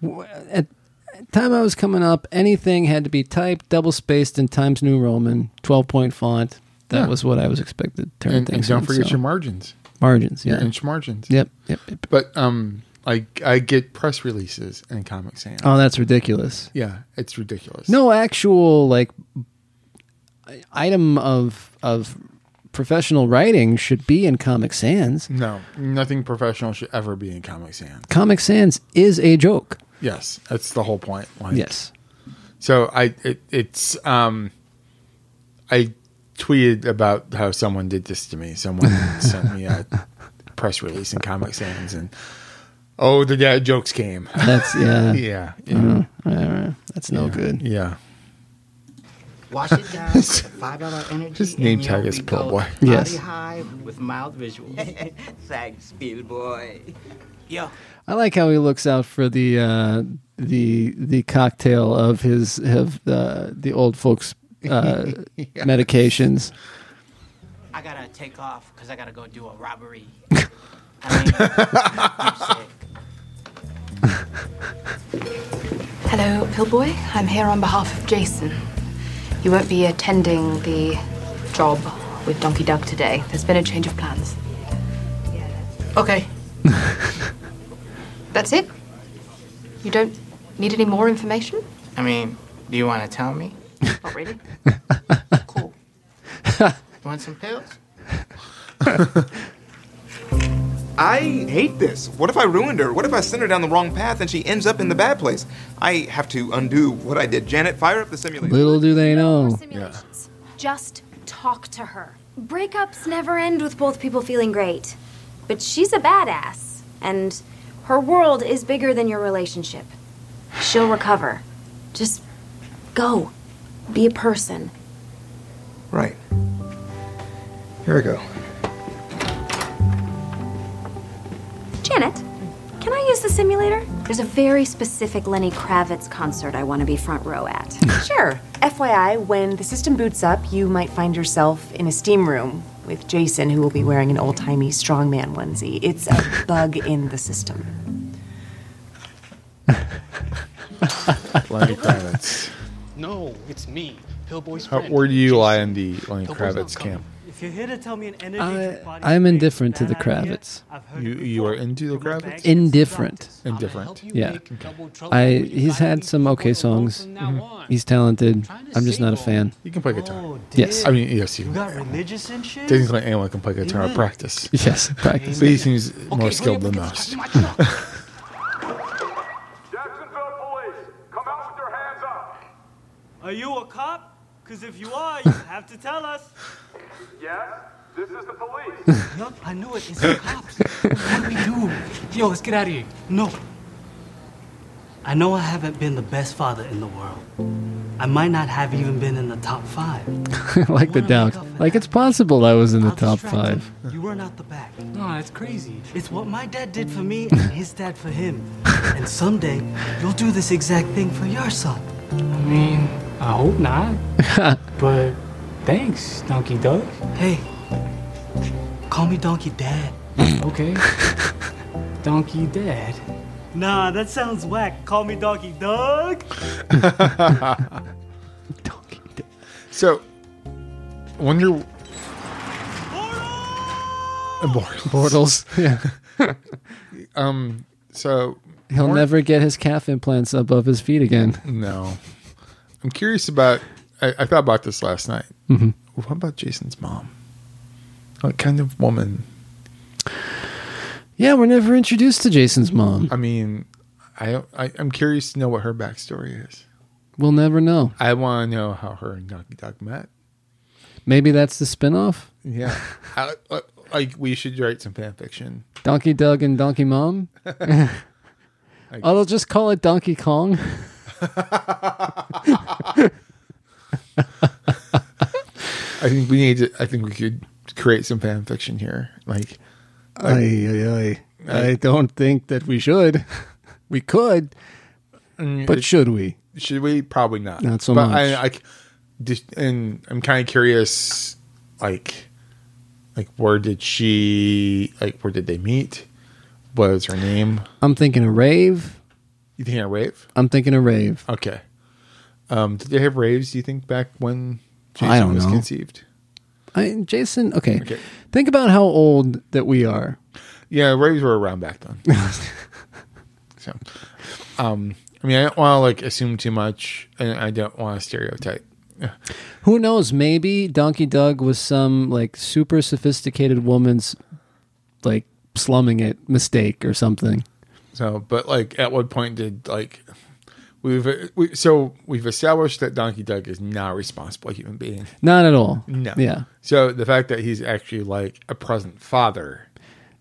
S1: w- at, at time I was coming up, anything had to be typed, double spaced in Times New Roman, twelve point font. That
S2: Yeah.
S1: was what I was expected. to Turn
S2: And- and
S1: things
S2: don't
S1: in,
S2: forget
S1: so.
S2: your margins.
S1: Margins, yeah,
S2: Your inch margins.
S1: Yep, yep. yep.
S2: But um, I I get press releases in Comic Sans.
S1: Oh, that's ridiculous.
S2: yeah, it's ridiculous.
S1: No actual like item of of professional writing should be in Comic Sans.
S2: No, nothing professional should ever be in Comic Sans.
S1: Comic Sans is a joke.
S2: Yes, that's the whole point. Like,
S1: Yes.
S2: So I it, it's um I tweeted about how someone did this to me. Someone sent me a press release in Comic Sans and oh the dad jokes came.
S1: That's yeah.
S2: yeah. yeah.
S1: Uh, right, right. That's no
S2: Yeah.
S1: good.
S2: Yeah.
S13: Wash it down with five dollar energy.
S2: His
S13: and
S2: name
S13: you'll
S2: tag is
S13: be going
S2: Pillboy.
S13: body
S1: Yes.
S13: high with mild visuals. Thanks, Pillboy. Yo,
S1: I like how he looks out for the uh, the the cocktail of his of uh, the old folks uh, medications.
S13: I gotta take off because I gotta go do a robbery. I mean,
S12: Hello, Pillboy. I'm here on behalf of Jason. You won't be attending the job with Donkey Doug today. There's been a change of plans.
S13: Okay.
S12: That's it? You don't need any more information?
S13: I mean, do you want to tell me?
S12: Not really.
S13: Cool. want some pills?
S5: I hate this. What if I ruined her? What if I sent her down the wrong path and she ends up in the bad place? I have to undo what I did. Janet, fire up the simulator.
S1: Little do they know.
S4: Just talk to her. Breakups never end with both people feeling great. But she's a badass, and her world is bigger than your relationship. She'll recover. Just go. Be a person.
S5: Right. Here we go.
S4: Janet, can I use the simulator? There's a very specific Lenny Kravitz concert I want to be front row at.
S3: Sure. FYI, when the system boots up, you might find yourself in a steam room with Jason, who will be wearing an old timey strongman onesie. It's a bug in the system.
S2: Lenny Kravitz.
S7: No, it's me, Pillboy's
S2: How,
S7: friend.
S2: where do you lie in the Lenny
S7: Pillboy's
S2: Kravitz camp?
S10: If you're here to tell me an energy drink body
S1: I'm indifferent to the Kravitz.
S2: You you are into the Kravitz?
S1: Indifferent.
S2: Indifferent.
S1: Yeah. I he's had some okay songs. Mm-hmm. He's talented. I'm just not a fan.
S2: You can play
S13: Oh,
S2: guitar.
S1: Yes.
S2: I mean, yes, you.
S10: You got religious and shit?
S2: Technically, anyone can play guitar at
S10: Amen.
S2: practice.
S1: Yes, practice.
S2: But he seems
S10: hurry
S2: more
S10: up
S2: skilled than
S10: and get
S2: most.
S10: Are you a cop? Because if you are, you have to tell us. Yes, this is the police. Look, I knew it. It's the cops. What do we do? Yo, let's get out of here. No. I know I haven't been the best father in the world. I might not have even been in the top five.
S1: like the doubt. Like it's possible I was in the top five.
S10: You run out the back. No, that's crazy. It's what my dad did for me and his dad for him. And someday, you'll do this exact thing for your son.
S7: I mean, I hope not. but thanks, Donkey Doug.
S10: Hey, call me Donkey Dad.
S7: okay. Donkey Dad.
S10: Nah, that sounds whack. Call me Donkey Doug.
S2: So, wonder. Bortles.
S1: Yeah.
S2: um. So
S1: He'll
S2: more-
S1: never get his calf implants above his feet again.
S2: No. I'm curious about. I, I thought about this last night.
S1: Mhm.
S2: What about Jason's mom? What kind of woman?
S1: Yeah, we're never introduced to Jason's mom.
S2: I mean, I, I I'm curious to know what her backstory is.
S1: We'll never know.
S2: I want to know how her and Donkey Dog met.
S1: Maybe that's the spinoff.
S2: Yeah, I, I- like we should write some fan fiction.
S1: Donkey Doug and Donkey Mom. oh, they'll just call it Donkey Kong.
S2: I think we need to. I think we could create some fan fiction here. Like,
S1: I, I, I don't think that we should. We could,
S2: Mm,
S1: but
S2: it-
S1: should we?
S2: Should we? Probably not.
S1: Not so
S2: but
S1: much.
S2: I, I, just, and I'm kind of curious, like, like where did she? Like, where did they meet? What is her name?
S1: I'm thinking a rave.
S2: You think a rave?
S1: I'm thinking a rave.
S2: Okay. Um, did they have raves? Do you think back when Jason
S1: I don't
S2: was
S1: know.
S2: conceived?
S1: I, Jason, okay.
S2: Okay.
S1: Think about how old that we are.
S2: Yeah, raves were around back then. so, um, I mean, I don't want to like assume too much, and I don't want to stereotype.
S1: Who knows? Maybe Donkey Doug was some like super sophisticated woman's like slumming it mistake or something.
S2: So, but like, at what point did like we've we, so we've established that Donkey Doug is not a responsible human being.
S1: Not at all.
S2: No.
S1: Yeah.
S2: So the fact that he's actually like a present father,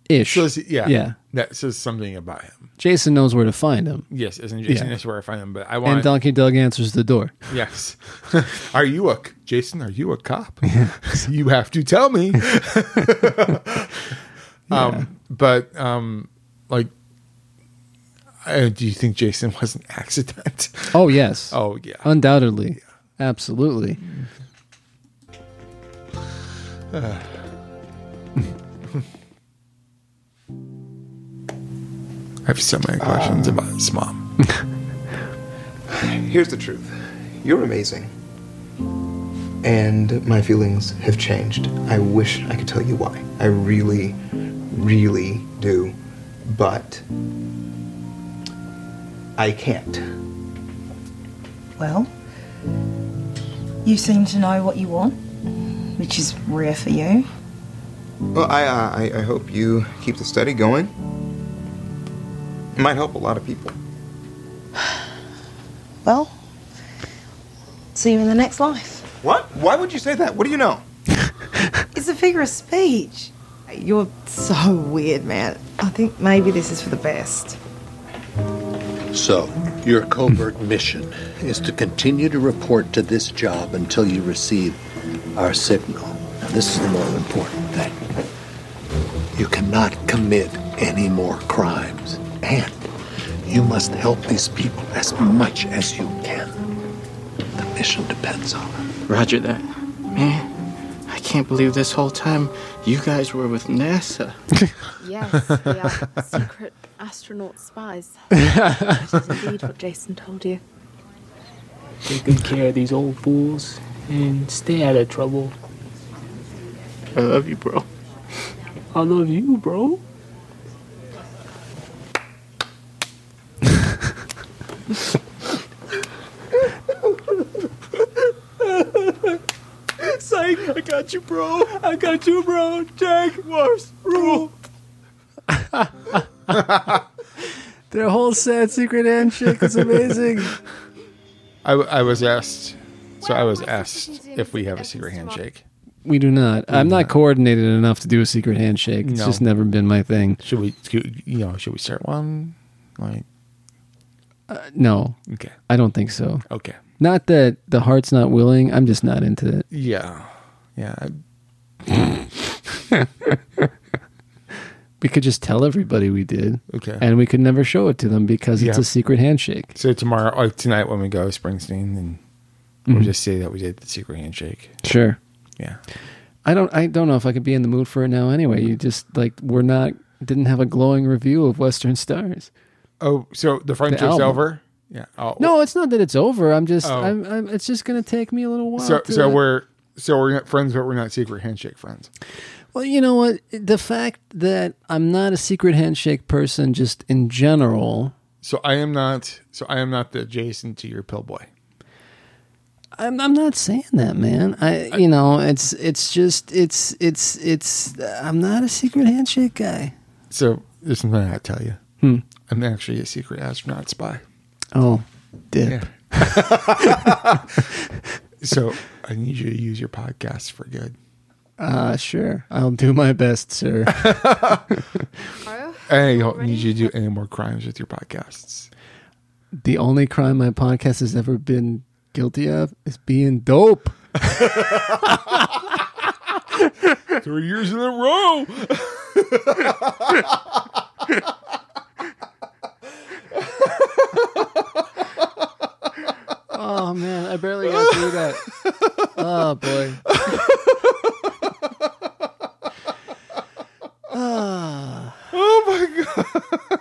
S1: Ish.
S2: says- yeah,
S1: Yeah.
S2: that says something about him.
S1: Jason knows where to find him.
S2: Yes, isn't Jason?
S1: Yeah.
S2: That's where I find him. But I
S1: And
S2: want
S1: Donkey Doug answers the door.
S2: Yes. are you a Jason? Are you a cop? you have to tell me. Um, but um, like, I, do you think Jason was an accident?
S1: Oh yes.
S2: Oh yeah.
S1: Undoubtedly. Absolutely.
S2: Uh, I have so many questions about his mom.
S5: Here's the truth you're amazing. And my feelings have changed. I wish I could tell you why. I really, really do. But I can't.
S11: Well, you seem to know what you want, which is rare for you.
S5: Well, I, uh, I, I hope you keep the study going. It might help a lot of people.
S11: Well, see you in the next life.
S5: What? Why would you say that? What do you know?
S11: It's a figure of speech. You're so weird, man. I think maybe this is for the best.
S8: So, your covert mission is to continue to report to this job until you receive our signal. Now, this is the more important thing. You cannot commit any more crimes. And You must help these people as much as you can. The mission depends on it.
S9: Roger that. Man, I can't believe this whole time you guys were with NASA.
S12: Yes, we are secret astronaut spies. That is indeed what Jason told you.
S7: Take good care of these old fools and stay out of trouble.
S9: I love you, bro.
S7: I love you, bro.
S18: Psych, I got you, bro. I got you, bro. Jaguars rule.
S1: Their whole sad secret handshake is amazing.
S2: I, w- I was asked, so I was asked if we have a secret handshake.
S1: We do not. I'm not coordinated enough to do a secret handshake. It's
S2: No.
S1: just never been my thing.
S2: Should we, you know, should we start one? Like,
S1: No.
S2: Okay.
S1: I don't think so.
S2: Okay.
S1: Not that the heart's not willing. I'm just not into it.
S2: yeah, yeah.
S1: We could just tell everybody we did.
S2: Okay.
S1: And we could never show it to them because it's
S2: Yeah.
S1: a secret handshake.
S2: So tomorrow, like tonight, when we go to Springsteen, and
S1: Mhm.
S2: we'll just say that we did the secret handshake.
S1: Sure.
S2: Yeah.
S1: I don't I don't know if I could be in the mood for it now anyway. You just like we're not didn't have a glowing review of Western Stars.
S2: Oh, so the front
S1: The
S2: trip's
S1: album.
S2: over. Yeah. Oh,
S1: No, it's not that it's over. I'm just
S2: Oh.
S1: I'm, I'm it's just going to take me a little while.
S2: so
S1: to-
S2: so we're so we're not friends, but we're not secret handshake friends.
S1: Well, you know what? The fact that I'm not a secret handshake person, just in general,
S2: So I am not. So I am not the Jason to your pill boy.
S1: I'm, I'm not saying that, man. I, you know, it's it's just it's it's it's. I'm not a secret handshake guy.
S2: So there's something I gotta tell you.
S1: Hmm.
S2: I'm actually a secret astronaut spy.
S1: Oh, dip.
S2: Yeah. so I need you to use your podcast for good.
S1: Uh sure. I'll do my best, sir.
S2: I don't need you to do any more crimes with your podcasts.
S1: the only crime my podcast has ever been guilty of is being dope.
S2: Three years in a row.
S1: Oh man, I barely got through that. Oh boy.
S18: oh my
S1: Ah.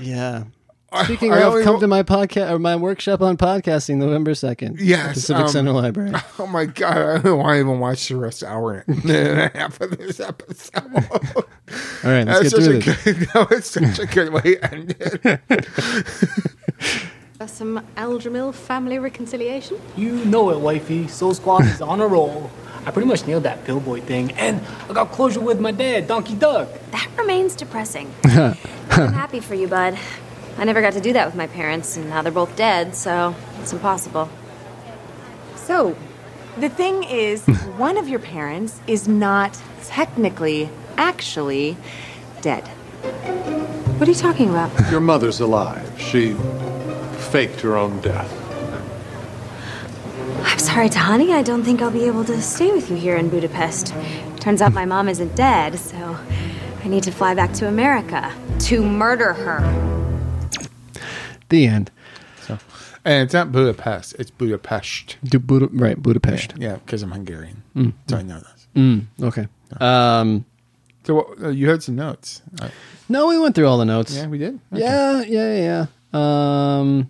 S1: Yeah.
S18: I-
S1: Speaking
S18: I
S1: of,
S18: only
S1: come
S18: wa-
S1: to my podcast or my workshop on podcasting, November second.
S2: Yes,
S1: the Civic
S2: um,
S1: Center Library.
S2: Oh my god, I don't want to even watch the rest hour and a half of this episode. All
S1: right, let's get
S2: such
S1: through
S2: a
S1: this.
S2: Good, that was such a good way to end it.
S12: There's some Aldramil family reconciliation.
S7: You know it, wifey. Soul Squad is on a roll. I pretty much nailed that Billboy thing, and I got closure with my dad, Donkey Doug.
S4: That remains depressing. I'm
S1: yeah,
S4: happy for you, bud. I never got to do that with my parents, and now they're both dead, so it's impossible.
S3: So, the thing is, one of your parents is not technically, actually dead.
S4: What are you talking about?
S19: Your mother's alive. She faked her own death.
S4: I'm sorry, Tahani. I don't think I'll be able to stay with you here in Budapest. Turns out my mom isn't dead, so I need to fly back to America to murder her.
S1: the end.
S2: so, and it's not Budapest; it's Budapest.
S1: Do Buda- right Budapest.
S2: Yeah, because I'm Hungarian,
S1: Mm.
S2: so I know this.
S1: Mm, okay. Um,
S2: So what, uh, you had some notes. Uh,
S1: No, we went through all the notes.
S2: Yeah, we did?
S1: Yeah, yeah, yeah, yeah. Um,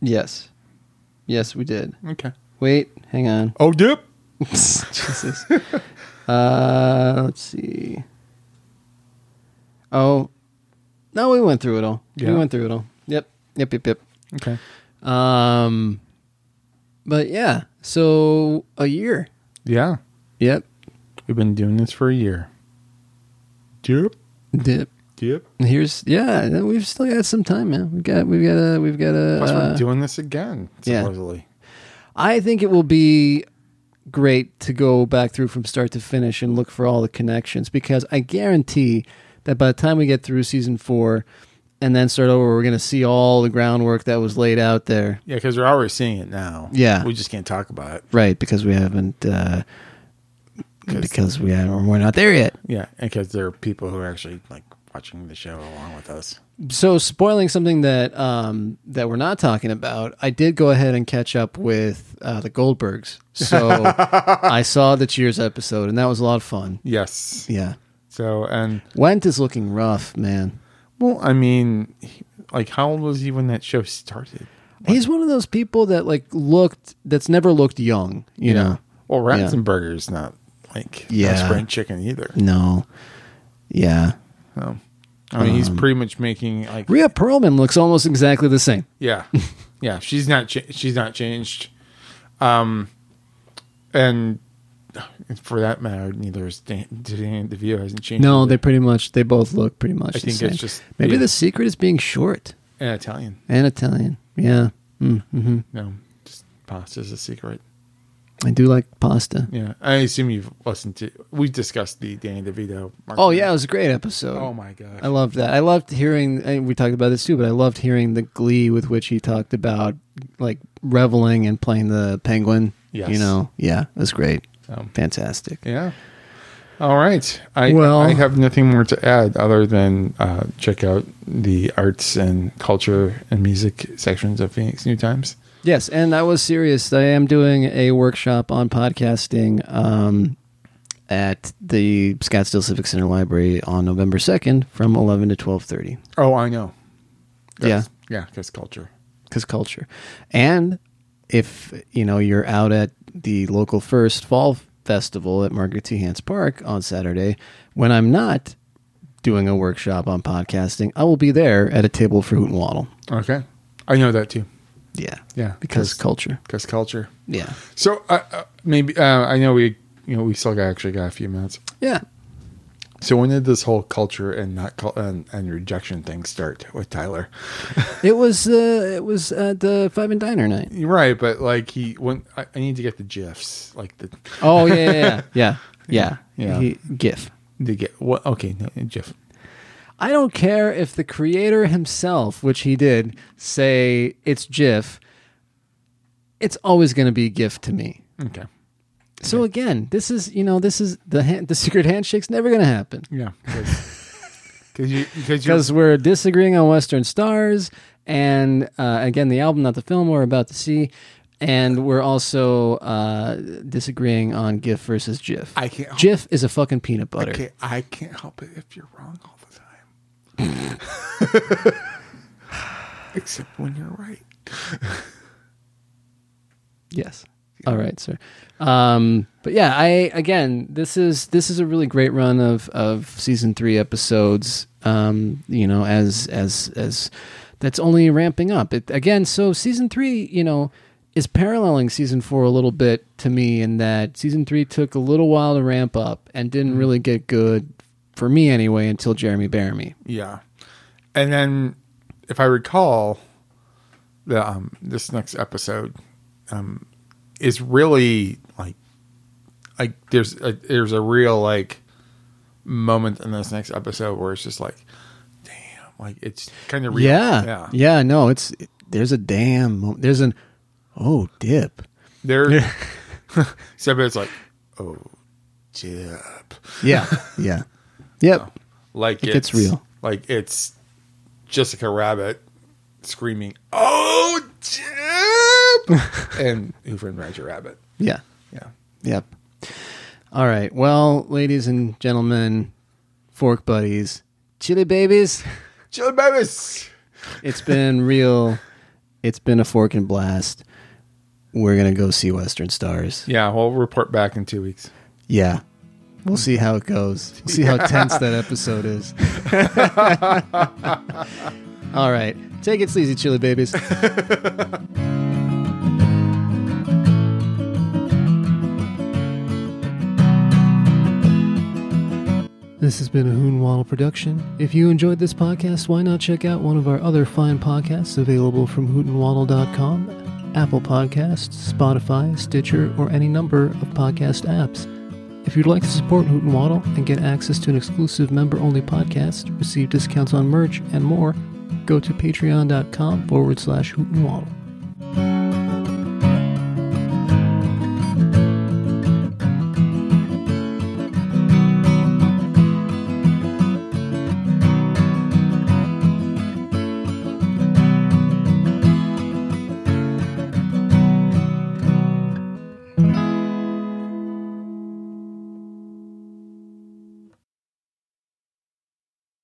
S1: yes, yes, we did.
S2: Okay.
S1: Wait, hang on.
S2: Oh, dip.
S1: Jesus. uh, let's see. Oh, no, we went through it all.
S2: Yeah.
S1: We went through it all. Yep. Yep. Yep. Yep.
S2: Okay.
S1: Um, but yeah, so a year.
S2: yeah.
S1: Yep.
S2: We've been doing this for a year. Dip.
S1: Dip.
S2: Dip.
S1: Here's yeah. We've still got some time, man. We've got we've got a we've got a.
S2: Plus,
S1: uh,
S2: we're doing this again.
S1: yeah.
S2: Supposedly.
S1: I think it will be great to go back through from start to finish and look for all the connections because I guarantee that by the time we get through season four and then start over, we're going to see all the groundwork that was laid out there.
S2: Yeah, because we're already seeing it now.
S1: Yeah.
S2: We just can't talk about it.
S1: Right, because we haven't, uh, because we haven't, we're not there yet.
S2: Yeah, because there are people who are actually like watching the show along with us.
S1: so spoiling something that um, that we're not talking about, I did go ahead and catch up with uh, the Goldbergs. So I saw the Cheers episode, and that was a lot of fun.
S2: Yes.
S1: Yeah.
S2: So and
S1: Went is looking rough, man.
S2: Well, I mean, he- like how old was he when that show started?
S1: He's one of those people that like looked that's never looked young. You know.
S2: Well,
S1: Yeah.
S2: Ratzenberger's not like
S1: Yeah.
S2: yeah. spring chicken either.
S1: No. Yeah.
S2: No. I mean, he's
S1: Um,
S2: pretty much making like
S1: Rhea Perlman looks almost exactly the same.
S2: Yeah, yeah. She's not. Cha- she's not changed. Um, and for that matter, neither is Dan, Dan DeVito hasn't changed.
S1: No,
S2: either.
S1: they pretty much they both look pretty much.
S2: I
S1: the
S2: think it's
S1: same.
S2: just-
S1: maybe
S2: yeah.
S1: the secret is being short
S2: And Italian.
S1: and Italian. Yeah. Mm-hmm.
S2: No, just pasta's a secret.
S1: I do like pasta.
S2: Yeah, I assume you've listened to. We've discussed the Dan DeVito. Mark
S1: Oh yeah, it was a great episode.
S2: Oh my gosh.
S1: I loved that. I loved hearing. And we talked about this too, but I loved hearing the glee with which he talked about like reveling and playing the penguin.
S2: Yes.
S1: You know. Yeah, it was great.
S2: Um,
S1: Fantastic.
S2: Yeah. All right. I
S1: Well-
S2: I have nothing more to add other than uh, check out the arts and culture and music sections of Phoenix New Times.
S1: Yes, and I was serious. I am doing a workshop on podcasting um, at the Scottsdale Civic Center Library on November second from eleven to twelve thirty.
S2: Oh, I know.
S1: Yeah.
S2: Yeah, because culture.
S1: because culture. And if you know you're out at the local First Fall Festival at Margaret T. Hans Park on Saturday, when I'm not doing a workshop on podcasting, I will be there at a table for Hoot and Waddle.
S2: Okay. I know that too.
S1: Yeah,
S2: Yeah.
S1: because culture.
S2: Because culture.
S1: Yeah.
S2: So uh, uh, maybe uh, I know we you know we still got, actually got a few minutes.
S1: Yeah.
S2: So when did this whole culture and not cul- and, and rejection thing start with Tyler?
S1: It was uh, it was uh, the Five and Diner night.
S2: You're right, but like he when I, I need to get the gifs like the
S1: Oh yeah, yeah, yeah, yeah. yeah.
S2: Yeah.
S1: He- GIF.
S2: The GIF. What? Okay, no, GIF.
S1: I don't care if the creator himself, which he did, say it's GIF. It's always going to be GIF to me.
S2: Okay.
S1: So again, this is you know this is the hand, the secret handshake's never going to happen.
S2: Yeah. Because you because you
S1: because we're disagreeing on Western Stars, and uh, again, the album, not the film, we're about to see, and we're also uh, disagreeing on GIF versus GIF.
S2: I can't-
S1: GIF is a fucking peanut butter.
S2: okay, I can't help it if you're wrong all the time. Except when you're right.
S1: Yes. All right, sir. Um, but yeah, I again, this is this is a really great run of of season three episodes. Um, you know, as as as that's only ramping up. It, again, so season three, you know, is paralleling season four a little bit to me in that season three took a little while to ramp up and didn't really get good for me anyway until Jeremy Baramy.
S2: Yeah. And then, if I recall, the um, this next episode um, is really like like there's a, there's a real like moment in this next episode where it's just like, damn, like it's kind of real.
S1: Yeah,
S2: yeah.
S1: no, it's there's a damn mo- there's an oh dip.
S2: There, except it's like, oh, dip.
S1: Yeah, yeah, yep.
S2: like
S1: It gets real.
S2: Like it's Jessica Rabbit screaming, "Oh, Jip!" and Who Framed Roger Rabbit.
S1: Yeah.
S2: Yeah.
S1: Yep. All right. Well, ladies and gentlemen, fork buddies, chili babies,
S2: Chili babies.
S1: it's been real. It's been a fork and blast. We're going to go see Western Stars.
S2: Yeah, we'll report back in two weeks.
S1: Yeah. We'll see how it goes. We'll see how tense that episode is. All right. Take it sleazy, chili babies. This has been a Hoon Waddle production. If you enjoyed this podcast, why not check out one of our other fine podcasts available from hootenwaddle.com, Apple Podcasts, Spotify, Stitcher, or any number of podcast apps. If you'd like to support Hoot and Waddle and get access to an exclusive member-only podcast, receive discounts on merch, and more, go to patreon.com forward slash Hoot and Waddle.